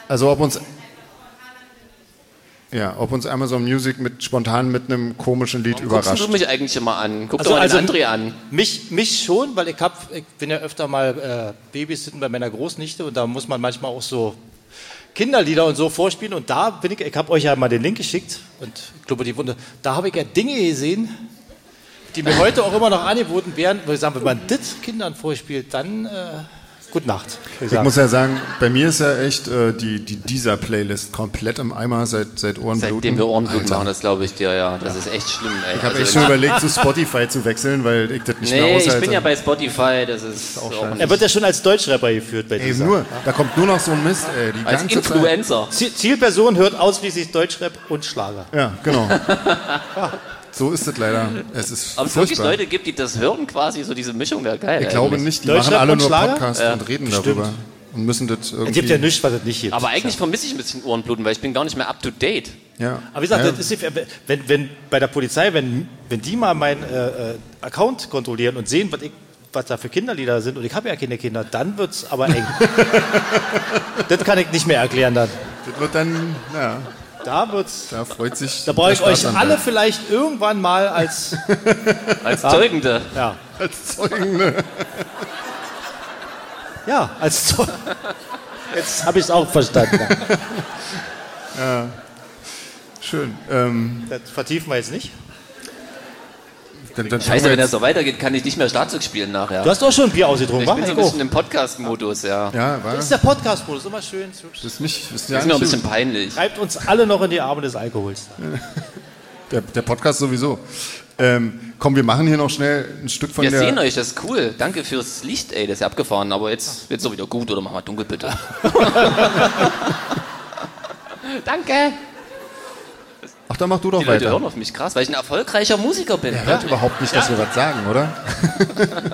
S3: Also ob uns. Ja, ob uns Amazon Music mit spontan mit einem komischen Lied
S2: Guckst du
S3: überrascht.
S2: mich eigentlich immer an? Guck
S1: Also-
S2: doch mal
S1: also-
S2: den André an.
S1: Mich, mich schon, weil ich, hab, ich bin ja öfter mal äh, Babysitten bei meiner Großnichte und da muss man manchmal auch so Kinderlieder und so vorspielen. Und da bin ich, ich habe euch ja mal den Link geschickt und ich glaube, die Wunde, da habe ich ja Dinge gesehen, die mir heute auch immer noch angeboten werden, wo ich sagen, wenn man das Kindern vorspielt, dann äh, gute Nacht. würde
S3: Ich
S1: sagen.
S3: muss ja sagen, bei mir ist ja echt äh, die, die dieser Playlist komplett im Eimer seit, seit Ohrenbluten.
S2: Seitdem wir Ohrenblut
S3: Alter.
S2: machen, das glaube ich dir, ja. Das ist echt schlimm, ey.
S3: Ich habe
S2: Also
S3: echt schon
S2: wenn-
S3: überlegt, zu Spotify zu wechseln, weil ich das nicht mehr
S2: Nee,
S3: aushalte.
S2: ich bin ja bei Spotify, das ist auch
S3: scheiße.
S1: er wird ja schon als Deutschrapper geführt bei
S3: Ey,
S1: dieser.
S3: nur, da kommt nur noch so ein Mist, ey, die
S2: Als
S3: ganze Zeit.
S2: Influencer.
S1: Ziel- Zielperson hört ausschließlich Deutschrap und Schlager.
S3: Ja, genau. so ist es leider. Es ist
S2: Ob es wirklich
S3: furchtbar.
S2: Leute äh, gibt, die das hören quasi, so diese Mischung wäre geil.
S3: Ich glaube
S2: eigentlich.
S3: nicht, die
S1: Deutschrap
S3: machen alle
S1: und
S3: nur
S1: Schlager?
S3: Podcasts und reden darüber und müssen das irgendwie.
S1: Es gibt ja nichts, was es nicht gibt.
S2: Aber eigentlich vermisse ich ein bisschen Ohrenbluten, weil ich bin gar nicht mehr up to date.
S3: Ja.
S1: Aber wie gesagt,
S3: ja.
S1: das ist, wenn, wenn bei der Polizei, wenn, wenn die mal meinen äh, äh, Account kontrollieren und sehen, was, ich, was da für Kinderlieder sind, und ich habe ja keine Kinder, dann wird es aber eng. das kann ich nicht mehr erklären dann.
S3: Das wird dann, ja,
S1: Da wird's.
S3: da freut sich.
S1: Da brauche ich
S3: der
S1: euch
S3: Staatsanwalt.
S1: alle vielleicht irgendwann mal als.
S2: Als
S3: Ah.
S2: Zeugende.
S1: Ja,
S3: als Zeugen. Ne?
S1: ja als. Zo- Jetzt habe ich es auch verstanden.
S3: Schön. Ähm,
S1: Das vertiefen wir jetzt nicht.
S3: dann, dann
S2: Scheiße, wenn
S3: fangen wir
S2: das so weitergeht, kann ich nicht mehr Schlagzeug spielen nachher.
S1: Du hast doch schon ein Bier ausgetrunken,
S2: ich
S1: wa?
S2: bin so ein
S1: Heiko?
S2: bisschen im Podcast-Modus, ja.
S3: jetzt- ja, war,
S1: Das
S3: das
S1: ist der Podcast-Modus, immer schön.
S3: ist nicht, das ist
S2: Das
S3: ja
S2: ist mir ein
S3: nicht
S2: bisschen peinlich.
S1: Treibt uns alle noch in die Arme des Alkohols.
S3: der, der Podcast sowieso. Ähm, komm, wir machen hier noch schnell ein Stück von
S2: Wir
S3: der.
S2: sehen euch, das ist cool. Danke fürs Licht, ey, das ist ja abgefahren, aber jetzt wird's doch wieder gut oder mach mal dunkel bitte. Danke.
S3: Ach, dann mach du doch
S2: Die Leute
S3: weiter.
S2: hören auf mich krass, weil ich ein erfolgreicher Musiker bin.
S3: Er hört überhaupt nicht, dass wir was sagen, oder?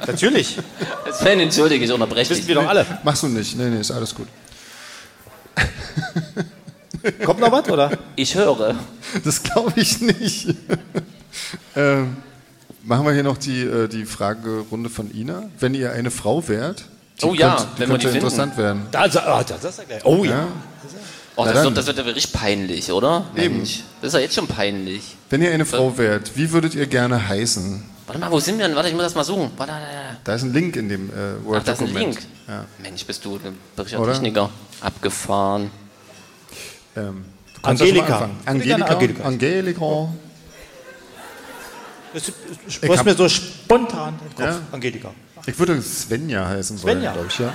S1: Natürlich,
S2: Als Fan entschuldige ich, unterbreche
S1: wissen
S2: dich.
S1: wir doch alle.
S3: Machst du nicht. Nee, nee, ist alles gut.
S1: Kommt noch was, oder?
S2: Ich höre.
S3: Das glaube ich nicht. ähm, machen wir hier noch die, äh, die Fragerunde von Ina. Wenn ihr eine Frau wärt, die
S2: Oh ja,
S3: könnt, die
S2: wenn wir die
S3: könnte
S2: finden.
S3: interessant werden.
S1: Da, sa- ah, da, das sagt er. Oh ja.
S3: Ja?
S2: Oh,
S3: Na
S2: das
S3: dann.
S2: wird, das wird ja wirklich peinlich, oder? Eben. Mensch, das ist ja jetzt schon peinlich.
S3: Wenn ihr eine Frau wärt, wie würdet ihr gerne heißen?
S2: Warte mal, wo sind wir denn? Warte, ich muss das mal suchen. Warte, warte, warte.
S3: Da ist ein Link in dem äh,
S2: Ach, das ist ein
S3: Word-Dokument.
S2: Link.
S3: Ja.
S2: Mensch, bist du ein wirklicher
S3: Oder?
S2: Techniker. Abgefahren.
S3: Ähm, du kannst ja schon mal
S1: Angelika.
S3: anfangen.
S1: Ich würde gerne
S3: Angelika. Angelika.
S1: Das ist-
S3: Ich
S1: was
S3: hab-
S1: mir so spontan im Kopf.
S3: Ja.
S1: Angelika.
S3: Ich würde Svenja heißen wollen,
S1: Svenja.
S3: glaube ich. Ja.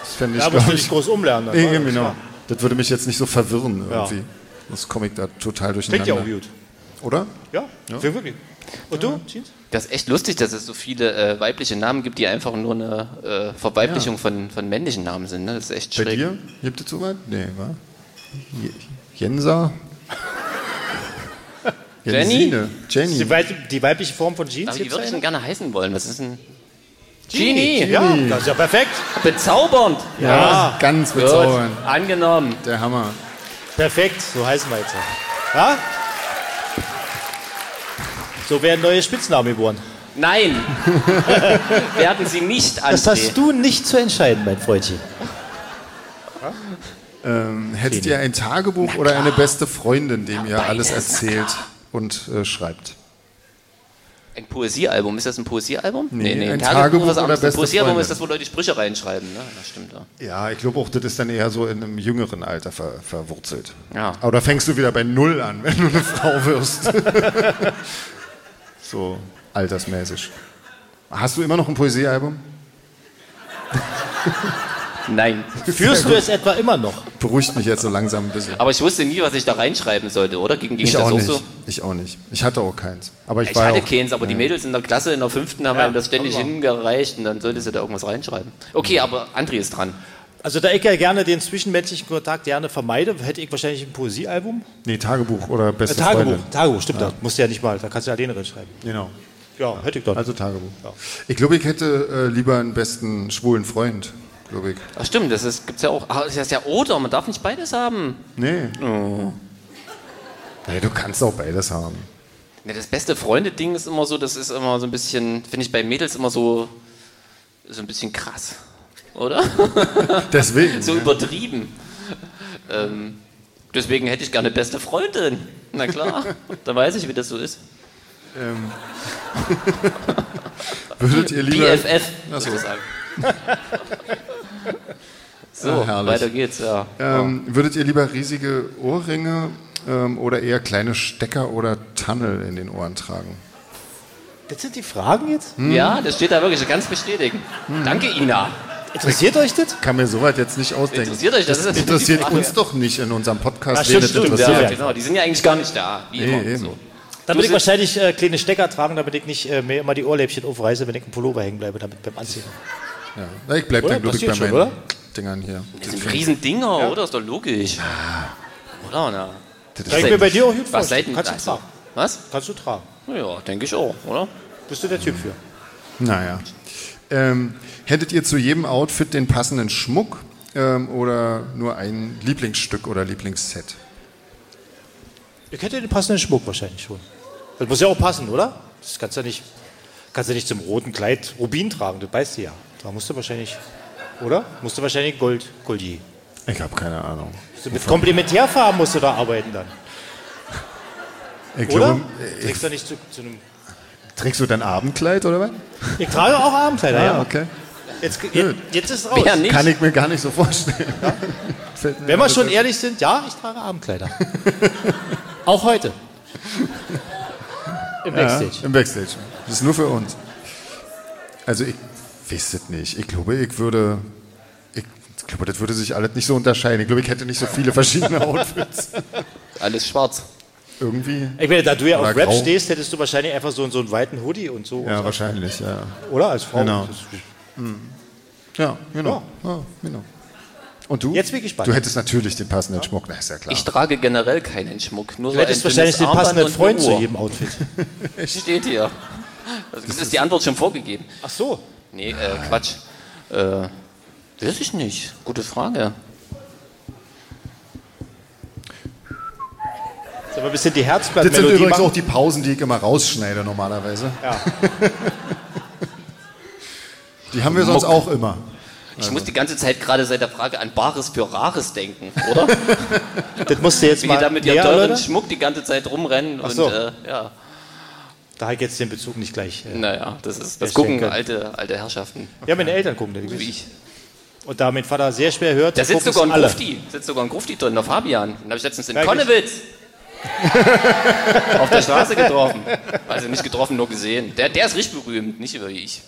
S3: Das fände ich,
S1: Da musst
S3: glaube
S1: du nicht
S3: ich.
S1: groß umlernen. dann,
S3: Nee,
S1: ne?
S3: eben, genau.
S1: Ja.
S3: Das würde mich jetzt nicht so verwirren
S1: Ja.
S3: irgendwie. Das komme ich da total
S1: Klingt
S3: durcheinander.
S1: ja auch gut.
S3: Oder?
S1: Ja, Für wirklich. Und du, Jeans?
S2: Das ist echt lustig, dass es so viele äh, weibliche Namen gibt, die einfach nur eine äh, Verweiblichung von, von männlichen Namen sind. Ne? Das ist echt
S3: Bei
S2: schräg.
S3: dir? Gibt es so was? Nee, wa? Je- Jensa?
S2: Jenny?
S3: Jensine. Jenny.
S1: Die, wei- die weibliche Form von Jeans?
S2: Aber die
S1: gibt's
S2: würde ich
S1: da
S2: denn gerne heißen wollen. Was ist denn?
S1: eine?
S2: Genie!
S1: Ja, das ist ja perfekt.
S2: Bezaubernd!
S1: Ah.
S3: Ja, ganz
S2: Gut,
S3: bezaubernd.
S2: angenommen.
S3: Der Hammer.
S1: Perfekt, so heißen wir jetzt. Ja? So werden neue Spitznamen geboren.
S2: Nein! Werden Sie nicht
S1: Das
S2: anziehen.
S1: hast du nicht zu entscheiden, mein Freundchen.
S3: Ähm, hättet ihr ein Tagebuch oder eine beste Freundin, dem ihr alles erzählt und äh, schreibt?
S2: Ein Poesiealbum. Ist das ein Poesiealbum?
S3: Nee, ein
S2: ist
S3: Tagebuch
S2: was
S3: oder
S2: anderes. Ein
S3: beste
S2: Poesiealbum
S3: Freundin.
S2: ist das, wo Leute Sprüche reinschreiben. Ne? Das stimmt, ja.
S3: Ja, ich glaube auch, das ist dann eher so in einem jüngeren Alter ver verwurzelt.
S2: Ja.
S3: Aber da fängst du wieder bei Null an, wenn du eine Frau wirst. so altersmäßig. Hast du immer noch ein Poesiealbum?
S2: Nein.
S1: Führst du es etwa immer noch?
S3: Beruhigt mich jetzt so langsam ein bisschen.
S2: Aber ich wusste nie, was ich da reinschreiben sollte, oder? Ging, ging
S3: Ich
S2: das
S3: auch nicht.
S2: so?
S3: Ich auch nicht. Ich hatte auch keins. Aber ich,
S2: Ich
S3: war
S2: hatte
S3: auch,
S2: keins, aber die Mädels in der Klasse, in der fünften, haben einem das ständig hingereicht und dann sollte sie da irgendwas reinschreiben. Okay, aber André ist dran.
S1: Also da ich ja gerne den zwischenmenschlichen Kontakt gerne vermeide, hätte ich wahrscheinlich ein Poesiealbum.
S3: Nee, Tagebuch oder beste
S1: Tagebuch,
S3: Freundin.
S1: Tagebuch, stimmt, da musst du ja nicht mal, da kannst du ja alleine reinschreiben.
S3: Genau.
S1: Ja, hätte ich dann.
S3: Also Tagebuch.
S1: Ja.
S3: Ich glaube, ich hätte äh, lieber einen besten schwulen Freund, glaube ich.
S2: Ach stimmt, das ist, gibt's ja auch. Ah, das ist ja oder, man darf nicht beides haben.
S3: Nee. Oh. Nee, du kannst auch beides haben.
S2: Ne, das beste Freunde-Ding ist immer so, das ist immer so ein bisschen, finde ich bei Mädels immer so, so ein bisschen krass. Oder?
S3: Deswegen.
S2: so übertrieben. Ähm, deswegen hätte ich gerne beste Freundin. Na klar, da weiß ich, wie das so ist.
S3: ähm, würdet ihr lieber.
S2: BFF.
S3: Ach so.
S2: sozusagen. so,
S3: Ah, herrlich.
S2: weiter geht's, ja.
S3: Ähm, würdet ihr lieber riesige Ohrringe ähm, oder eher kleine Stecker oder Tunnel in den Ohren tragen?
S1: Das sind die Fragen jetzt?
S3: Hm.
S2: Ja, das steht da wirklich ganz bestätigen. Danke, Ina.
S1: Interessiert euch das?
S3: Kann mir soweit jetzt nicht ausdenken.
S2: Interessiert euch das? Das ist natürlich die
S3: interessiert
S2: Frage.
S3: uns doch nicht in unserem Podcast.
S1: Ach, stimmt,
S3: wen das
S1: stimmt,
S3: interessiert.
S2: Ja,
S1: Ja.
S2: genau. Die sind ja eigentlich gar nicht da. Wie immer.
S3: Nee, eben.
S2: so.
S1: Dann würde ich
S2: Du sitzt-
S1: wahrscheinlich äh, kleine Stecker tragen, damit ich nicht äh, mir immer die Ohrläppchen aufreiße, wenn ich im Pullover hängen bleibe, damit beim Anziehen.
S3: Ja. Na, Ich bleib
S1: Oder?
S3: dann glücklich bei
S1: Passiert
S3: meinen
S1: schon,
S3: Dingern hier.
S2: Das sind Riesendinger, oder? Ist doch logisch.
S3: Ah.
S2: Oder? Na.
S3: Das
S1: Kann
S3: ist-
S1: ich mir bei dir auch gut
S2: Was
S1: vorstellen.
S2: seid denn
S1: Kannst du
S2: das?
S1: tragen.
S2: Was?
S1: Kannst du tragen.
S2: Ja, denke ich auch, oder?
S1: Bist du der Typ für.
S3: Naja. Ähm, hättet ihr zu jedem Outfit den passenden Schmuck ähm, oder nur ein Lieblingsstück oder Lieblingsset?
S1: Ich hätte den passenden Schmuck wahrscheinlich schon. Das muss ja auch passen, oder? Das kannst du ja nicht, kannst du nicht zum roten Kleid Rubin tragen, das weißt du ja. Da musst du wahrscheinlich, oder? Musst du wahrscheinlich Gold, Goldier.
S3: Ich habe keine Ahnung.
S1: Mit Komplementärfarben musst du da arbeiten dann,
S3: Ich
S1: oder?
S3: glaube, ähm, ich,
S1: Trägst du nicht zu, zu einem...
S3: trägst du dein Abendkleid oder was? Ah,
S1: Ich trage auch Abendkleider, ja.
S3: okay.
S1: Jetzt, jetzt, jetzt ist raus.
S2: Wer nicht?
S3: Kann ich mir gar nicht so vorstellen. Fällt
S1: Wenn
S3: mir
S1: wir
S3: gerade
S1: schon
S3: so-
S1: ehrlich sind, ja, ich trage Abendkleider. auch heute. Im Backstage.
S3: Ja, Im Backstage. Das ist nur für uns. Also ich weiß es nicht. Ich glaube, ich würde. Ich glaube, das würde sich alles nicht so unterscheiden. Ich glaube, ich hätte nicht so viele verschiedene Outfits.
S2: Alles schwarz.
S3: Irgendwie.
S1: Ich meine, da du ja auf
S3: Oder
S1: Rap
S3: grau.
S1: stehst, hättest du wahrscheinlich einfach so, so einen weiten Hoodie und so.
S3: Ja, wahrscheinlich, ja.
S1: Oder? Als Frau.
S3: Genau.
S1: Das ist-
S3: Ja, genau. Ja, genau. Und du?
S1: Jetzt bin ich gespannt.
S3: Du hättest natürlich den passenden Schmuck. Na, ist ja klar.
S2: Ich trage generell keinen Schmuck. Nur
S1: Du hättest wahrscheinlich den passenden Freund zu jedem Outfit.
S2: Steht hier. Das ist die Antwort schon vorgegeben.
S1: Ach so.
S2: Nee, äh, Quatsch. Äh, weiß ich nicht. Gute Frage.
S1: Das ist aber ein bisschen die
S3: das sind
S1: Herzblattmelodie.
S3: übrigens
S1: machen.
S3: auch die Pausen, die ich immer rausschneide normalerweise.
S1: Ja.
S3: Die haben wir sonst auch immer.
S1: Also.
S2: Ich muss die ganze Zeit gerade seit der Frage an Bares für Rares denken, oder?
S1: Das musst du jetzt
S2: Wie
S1: mal.
S2: die da mit ihrem
S1: näher
S2: teuren
S1: erläutern.
S2: Schmuck die ganze Zeit rumrennen.
S1: so.
S2: Und, äh, ja.
S1: Da habe ich jetzt den Bezug nicht gleich. äh.
S2: Naja, das, ist,
S1: Ich
S2: das gucken
S1: denke-
S2: alte, alte Herrschaften.
S1: Ja, meine Eltern gucken das.
S2: Wie ich.
S1: Und da mein Vater sehr schwer hört,
S2: Da sitzt
S1: gucken es
S2: sogar ein
S1: alle.
S2: Grufti. sitzt sogar ein Grufti drin, der Fabian. Den habe ich letztens in
S1: Wirklich?
S2: Konnewitz auf der Straße getroffen. Also nicht getroffen, nur gesehen. Der, der ist richtig berühmt, nicht über wie ich.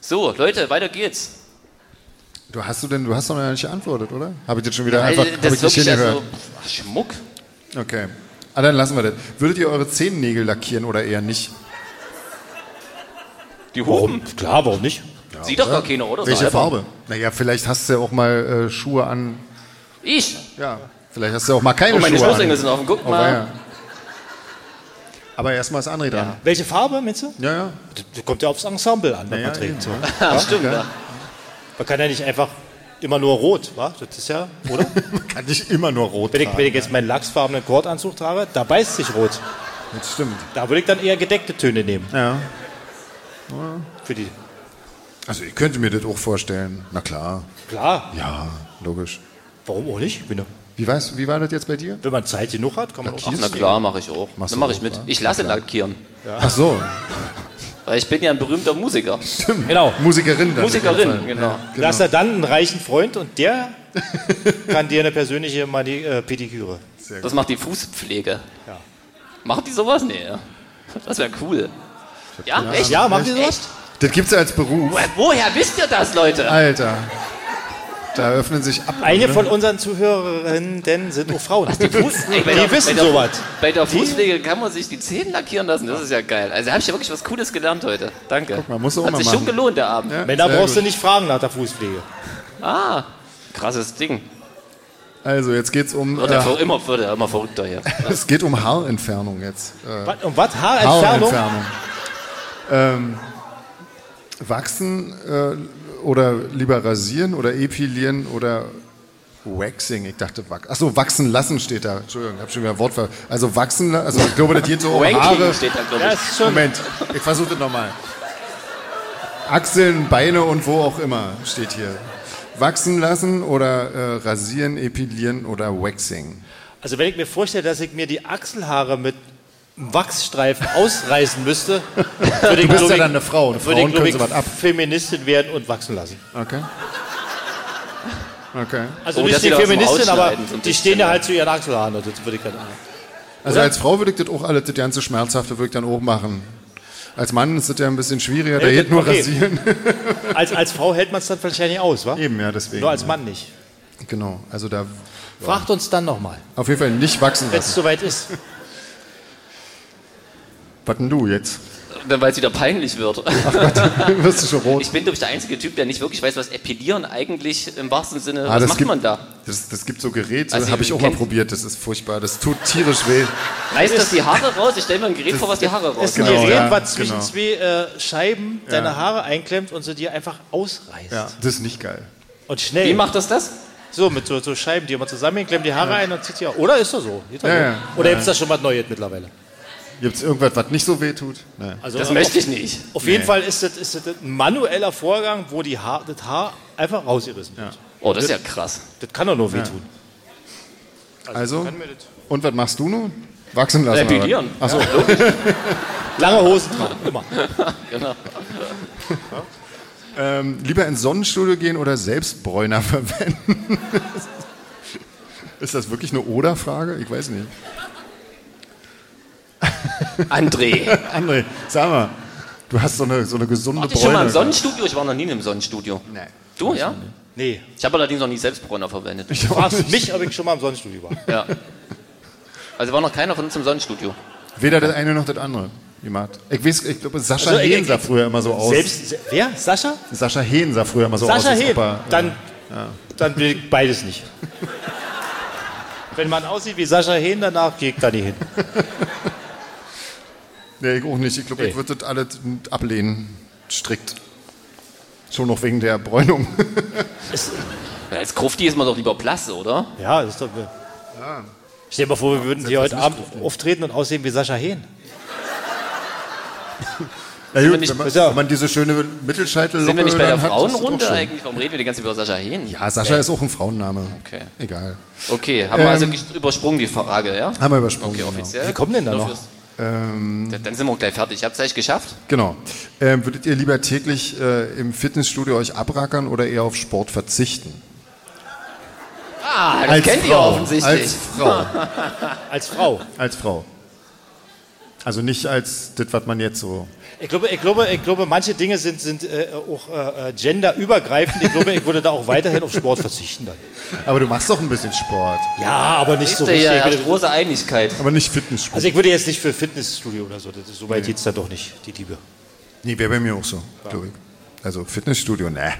S2: So, Leute, weiter geht's.
S3: Du hast du denn, du hast doch noch nicht geantwortet, oder? Habe ich jetzt schon wieder
S2: Weil
S3: einfach hab
S2: das
S3: ich
S2: ist
S3: nicht
S2: wirklich
S3: hingehört.
S2: also, ach, Schmuck.
S3: Okay. Ah, dann lassen wir das. Würdet ihr eure Zehennägel lackieren oder eher nicht?
S2: Die Hupen.
S1: Warum? Klar, warum nicht?
S2: Sieht doch gar keiner, oder?
S3: Welche
S2: So,
S3: Farbe? Naja, vielleicht hast du ja auch mal äh, Schuhe an.
S2: Ich.
S3: Ja, vielleicht hast du ja auch mal keine
S2: Oh, meine
S3: Schuhe
S2: Schlussringe
S3: an.
S2: sind offen. Guck
S3: Oh,
S2: mal.
S3: weia. Aber erstmal ist André dran.
S1: Welche Farbe, meinst du?
S3: Ja, ja.
S1: Das das kommt ja aufs Ensemble an, wenn
S3: Ja,
S1: man trägt. So.
S3: eben.
S2: Ja, stimmt.
S3: okay.
S2: Ja.
S1: Man kann ja nicht einfach immer nur rot, wa? Das ist ja, oder?
S3: Kann nicht immer nur rot
S1: Wenn ich,
S3: tragen.
S1: wenn ich jetzt meinen lachsfarbenen Kordanzug trage, da beißt sich rot.
S3: Das stimmt.
S1: Da würde ich dann eher gedeckte Töne nehmen.
S3: Ja.
S1: Für die.
S3: Also ich könnte mir das auch vorstellen. Na klar.
S1: Klar,
S3: Ja, logisch.
S1: warum auch nicht? Ich bin doch-
S3: Wie, weißt, wie war das jetzt bei dir?
S1: Wenn man Zeit genug hat, kann man auch.
S2: Ach, na klar, mache ich auch.
S3: Machst
S2: Dann
S3: du
S2: mache ich
S3: auch,
S2: mit.
S3: wa?
S2: Ich lasse lackieren.
S3: Ach so,
S2: Weil ich bin ja ein berühmter Musiker.
S3: stimmt.
S1: Genau.
S3: Musikerin. Dann
S2: Musikerin, genau.
S1: Da hast du dann einen reichen Freund und der kann dir eine persönliche Mani äh, Pediküre.
S2: Das macht die Fußpflege. Macht die sowas? Nee. ja. Das wäre cool. Ja, echt?
S1: Ja, machen die sowas?
S2: Echt?
S3: Das gibt's ja als Beruf.
S2: Woher- Woher wisst ihr das, Leute?
S3: Alter. Da öffnen sich ab. ne?
S1: Eine von unseren Zuhörerinnen sind nur Frauen. die,
S2: Ey, bei der-
S1: wissen
S2: bei der-
S1: sowas.
S2: Bei der Fußpflege kann man sich die Zähne lackieren lassen. Das ist ja geil. Also habe ich ja wirklich was Cooles gelernt heute. Danke.
S3: Guck mal, musst du auch
S2: Hat
S3: mal
S2: sich schon
S3: machen.
S2: gelohnt, der Abend.
S3: Ja,
S1: Männer
S3: sehr
S1: brauchst
S3: gut.
S1: du nicht fragen nach der Fußpflege.
S2: Ah, krasses Ding.
S3: Also jetzt geht's um.
S2: Wird ja.
S3: Äh,
S2: ver- immer, wird ja immer verrückter hier.
S3: es geht um Haarentfernung jetzt. Äh,
S1: Was, um was? Haarentfernung?
S3: Haarentfernung. Ähm, wachsen äh, oder lieber rasieren oder epilieren oder Waxing, ich dachte, wach achso, wachsen lassen steht da. Entschuldigung, ich habe schon wieder ein Wort ver. Also wachsen lassen, also ich glaube, das geht so um
S2: Wanking
S3: Haare.
S2: steht da, glaube ich.
S1: Ja, ist schon.
S3: Moment, ich versuche das nochmal. Achseln, Beine und wo auch immer steht hier. Wachsen lassen oder äh, rasieren, epilieren oder Waxing.
S1: Also wenn ich mir vorstelle, dass ich mir die Achselhaare mit einem Wachsstreifen ausreißen müsste, würde ich,
S3: bist
S1: glaub
S3: ja
S1: ich,
S3: dann eine Frau.
S1: würde
S3: Eine
S1: ich,
S3: Frauen
S1: glaub
S3: können
S1: ich
S3: sowas ab.
S1: Feministin werden und wachsen lassen.
S3: Okay. Okay.
S1: Also
S2: Oh,
S1: nicht
S2: das
S1: die
S2: wieder zum
S1: Feministin, aber
S2: Ausschneiden so ein
S1: die
S2: bisschen,
S1: stehen ja
S2: ja.
S1: halt zu ihren Achselhaaren. Und das würde ich dann auch.
S3: Also als Frau würde ich das auch alles, das ganze Schmerzhafte würde ich dann auch machen. Als Mann ist das ja ein bisschen schwieriger, da
S1: Nee,
S3: geht nur
S1: okay.
S3: rasieren.
S1: Als, als Frau hält man es dann wahrscheinlich aus, wa?
S3: Eben, ja, deswegen.
S1: Nur als Mann nicht.
S3: Genau, also da
S1: Fragt uns dann nochmal,
S3: auf jeden Fall nicht wachsen
S1: wenn es
S3: lassen.
S1: soweit ist.
S3: Was denn du jetzt?
S2: Dann, weil es wieder peinlich wird.
S3: Wirst du schon rot?
S2: Ich bin, glaube ich, der einzige Typ, der nicht wirklich weiß, was Epilieren eigentlich im wahrsten Sinne,
S3: Ah,
S2: was
S3: das
S2: macht
S3: gibt-
S2: man da?
S3: Das, das gibt so Geräte,
S2: Also,
S3: das habe
S2: ihr
S3: ich auch mal
S2: kennt-
S3: probiert, das ist furchtbar, das tut tierisch weh.
S2: Reißt das die Haare raus? Ich stelle mir ein Gerät vor, was die Haare raus.
S1: Es ist ein
S3: Genau,
S1: Gerät,
S3: ja,
S1: was zwischen
S3: genau.
S1: zwei äh, Scheiben deine Haare einklemmt und sie dir einfach ausreißt.
S3: Ja, das ist nicht geil.
S1: Und
S2: Wie
S1: schnell.
S2: macht das das?
S1: So, mit so, so Scheiben, die immer zusammenklemmt, die Haare ein und zieht die auch. Oder ist das so? Geht das
S3: Ja,
S1: so?
S3: ja.
S1: Oder gibt es da schon was Neues mittlerweile?
S3: Gibt es irgendwas, was nicht so weh tut? Nein.
S1: Also,
S2: Das
S1: äh,
S2: möchte ich nicht.
S1: Auf jeden Fall ist das, ist das ein manueller Vorgang, wo die Haar, das Haar einfach rausgerissen wird.
S2: Oh, das ist ja krass.
S1: Das kann doch nur wehtun.
S3: Also,
S1: kann mir das-
S3: und was machst du nun? Wachsen lassen. oder?
S2: Epilieren.
S3: Ach so.
S1: Lange Hosen tragen, immer.
S2: Genau.
S3: ähm, lieber ins Sonnenstudio gehen oder Selbstbräuner verwenden? ist das wirklich eine Oder-Frage? Ich weiß nicht.
S2: André,
S3: André, sag mal, du hast so eine, so eine gesunde
S2: wart ihr
S3: Bräune.
S2: schon mal im Sonnenstudio? Ich war noch nie in einem Sonnenstudio.
S3: Nein.
S2: Du, ja?
S1: Nee,
S2: Ich habe allerdings noch nie Selbstbräuner verwendet.
S1: du fragst mich, ob ich schon mal im Sonnenstudio war.
S2: Ja. Also war noch keiner von uns im Sonnenstudio.
S3: Weder das eine noch das andere. Jemand. Ich, weiß, ich glaube, Sascha
S1: Also, ich-
S3: Hehn sah früher immer so aus.
S1: Selbst, se- wer? Sascha?
S3: Sascha Hehn sah früher immer so aus.
S1: Sascha
S3: als
S1: Heb.
S3: ob er-
S1: Dann, dann will ich beides nicht. Wenn man aussieht wie Sascha Hehn, danach gehe ich da nicht hin.
S3: Nee, ich auch nicht. Ich glaube, ich
S1: Nee.
S3: würde das alles ablehnen. Strikt. Schon noch wegen der Bräunung.
S2: Ja, als Krufti ist man doch lieber blass, oder?
S1: Ja, das ist doch. Stell dir mal vor, wir würden hier heute Abend auftreten und aussehen wie Sascha Hehn.
S3: Na gut,
S2: nicht-
S3: wenn, man,
S1: ist ja-
S3: wenn man diese schöne Mittelscheitel
S2: Sind wir nicht bei der
S3: hat, ist das
S2: Frauenrunde
S3: doch schön.
S2: eigentlich? Warum reden wir die ganze Zeit über Sascha Hehn?
S3: Ja, Sascha ist auch ein Frauenname.
S2: Okay.
S3: Egal.
S2: Okay, haben wir also
S3: Ähm.
S2: gest- übersprungen die Frage, ja?
S3: Haben wir übersprungen.
S2: Okay,
S3: genau.
S2: offiziell.
S1: Wie kommen denn da
S2: Nur
S1: Äh, noch?
S2: fürs-
S3: Ähm,
S2: Da- Dann sind wir auch gleich fertig. Ich habe es gleich geschafft.
S3: genau. Ähm, würdet ihr lieber täglich äh, im Fitnessstudio euch abrackern oder eher auf Sport verzichten?
S2: Ah, das kennt ihr offensichtlich.
S3: Als Frau.
S1: Als Frau.
S3: Als Frau. Also nicht als das, was man jetzt so.
S1: Ich glaube, ich glaube, ich glaube manche Dinge sind, sind äh, auch äh, äh, genderübergreifend. Ich glaube, ich würde da auch weiterhin auf Sport verzichten. Dann.
S3: Aber du machst doch ein bisschen Sport.
S1: Ja, aber nicht so
S2: Siehst du,
S1: richtig.
S2: hier
S1: Ich
S2: herrscht
S1: würde-
S2: große Einigkeit.
S3: Aber nicht Fitnesssport.
S1: Also ich würde jetzt nicht für Fitnessstudio oder so. Das ist, so weit geht's da doch nicht, die Liebe.
S3: nee, wäre bei mir auch so, glaube ich. Also Fitnessstudio, ne.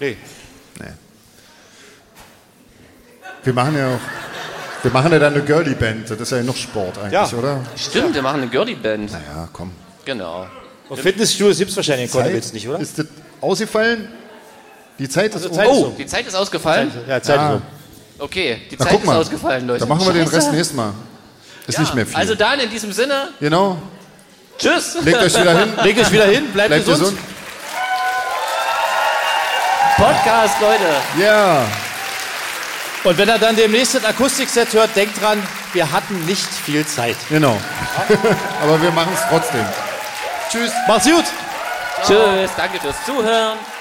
S1: Nee.
S3: Nee. Wir machen ja auch. Wir machen ja dann eine Girly-Band. Das ist ja noch Sport eigentlich,
S1: Ja.
S3: oder?
S2: Stimmt, wir machen eine Girly-Band.
S3: Naja, komm.
S2: Genau.
S1: Und Fitnessstudios gibt es wahrscheinlich in Konnewitz nicht, oder?
S3: Ist das ausgefallen? Die Zeit ist
S1: Also
S3: um.
S1: Zeit ist
S2: Oh,
S1: um.
S2: die Zeit ist ausgefallen?
S1: Ja, Zeit
S3: Ah.
S1: ist um.
S2: Okay, die
S3: Na,
S2: Zeit
S3: guck
S2: ist
S3: mal.
S2: ausgefallen, Leute.
S3: Dann machen wir den
S2: Scheiße.
S3: Rest nächstes Mal. Ist nicht mehr viel.
S2: Also dann in diesem Sinne,
S3: genau.
S2: tschüss.
S3: Legt euch wieder hin.
S1: Leg dich wieder hin, bleib,
S3: Bleibt gesund.
S2: Podcast, Leute.
S3: Ja.
S1: Und wenn er dann demnächst das Akustikset hört, denkt dran, wir hatten nicht viel Zeit.
S3: Genau. Aber wir machen es trotzdem. Tschüss.
S1: Macht's gut!
S2: Tschüss, danke fürs Zuhören.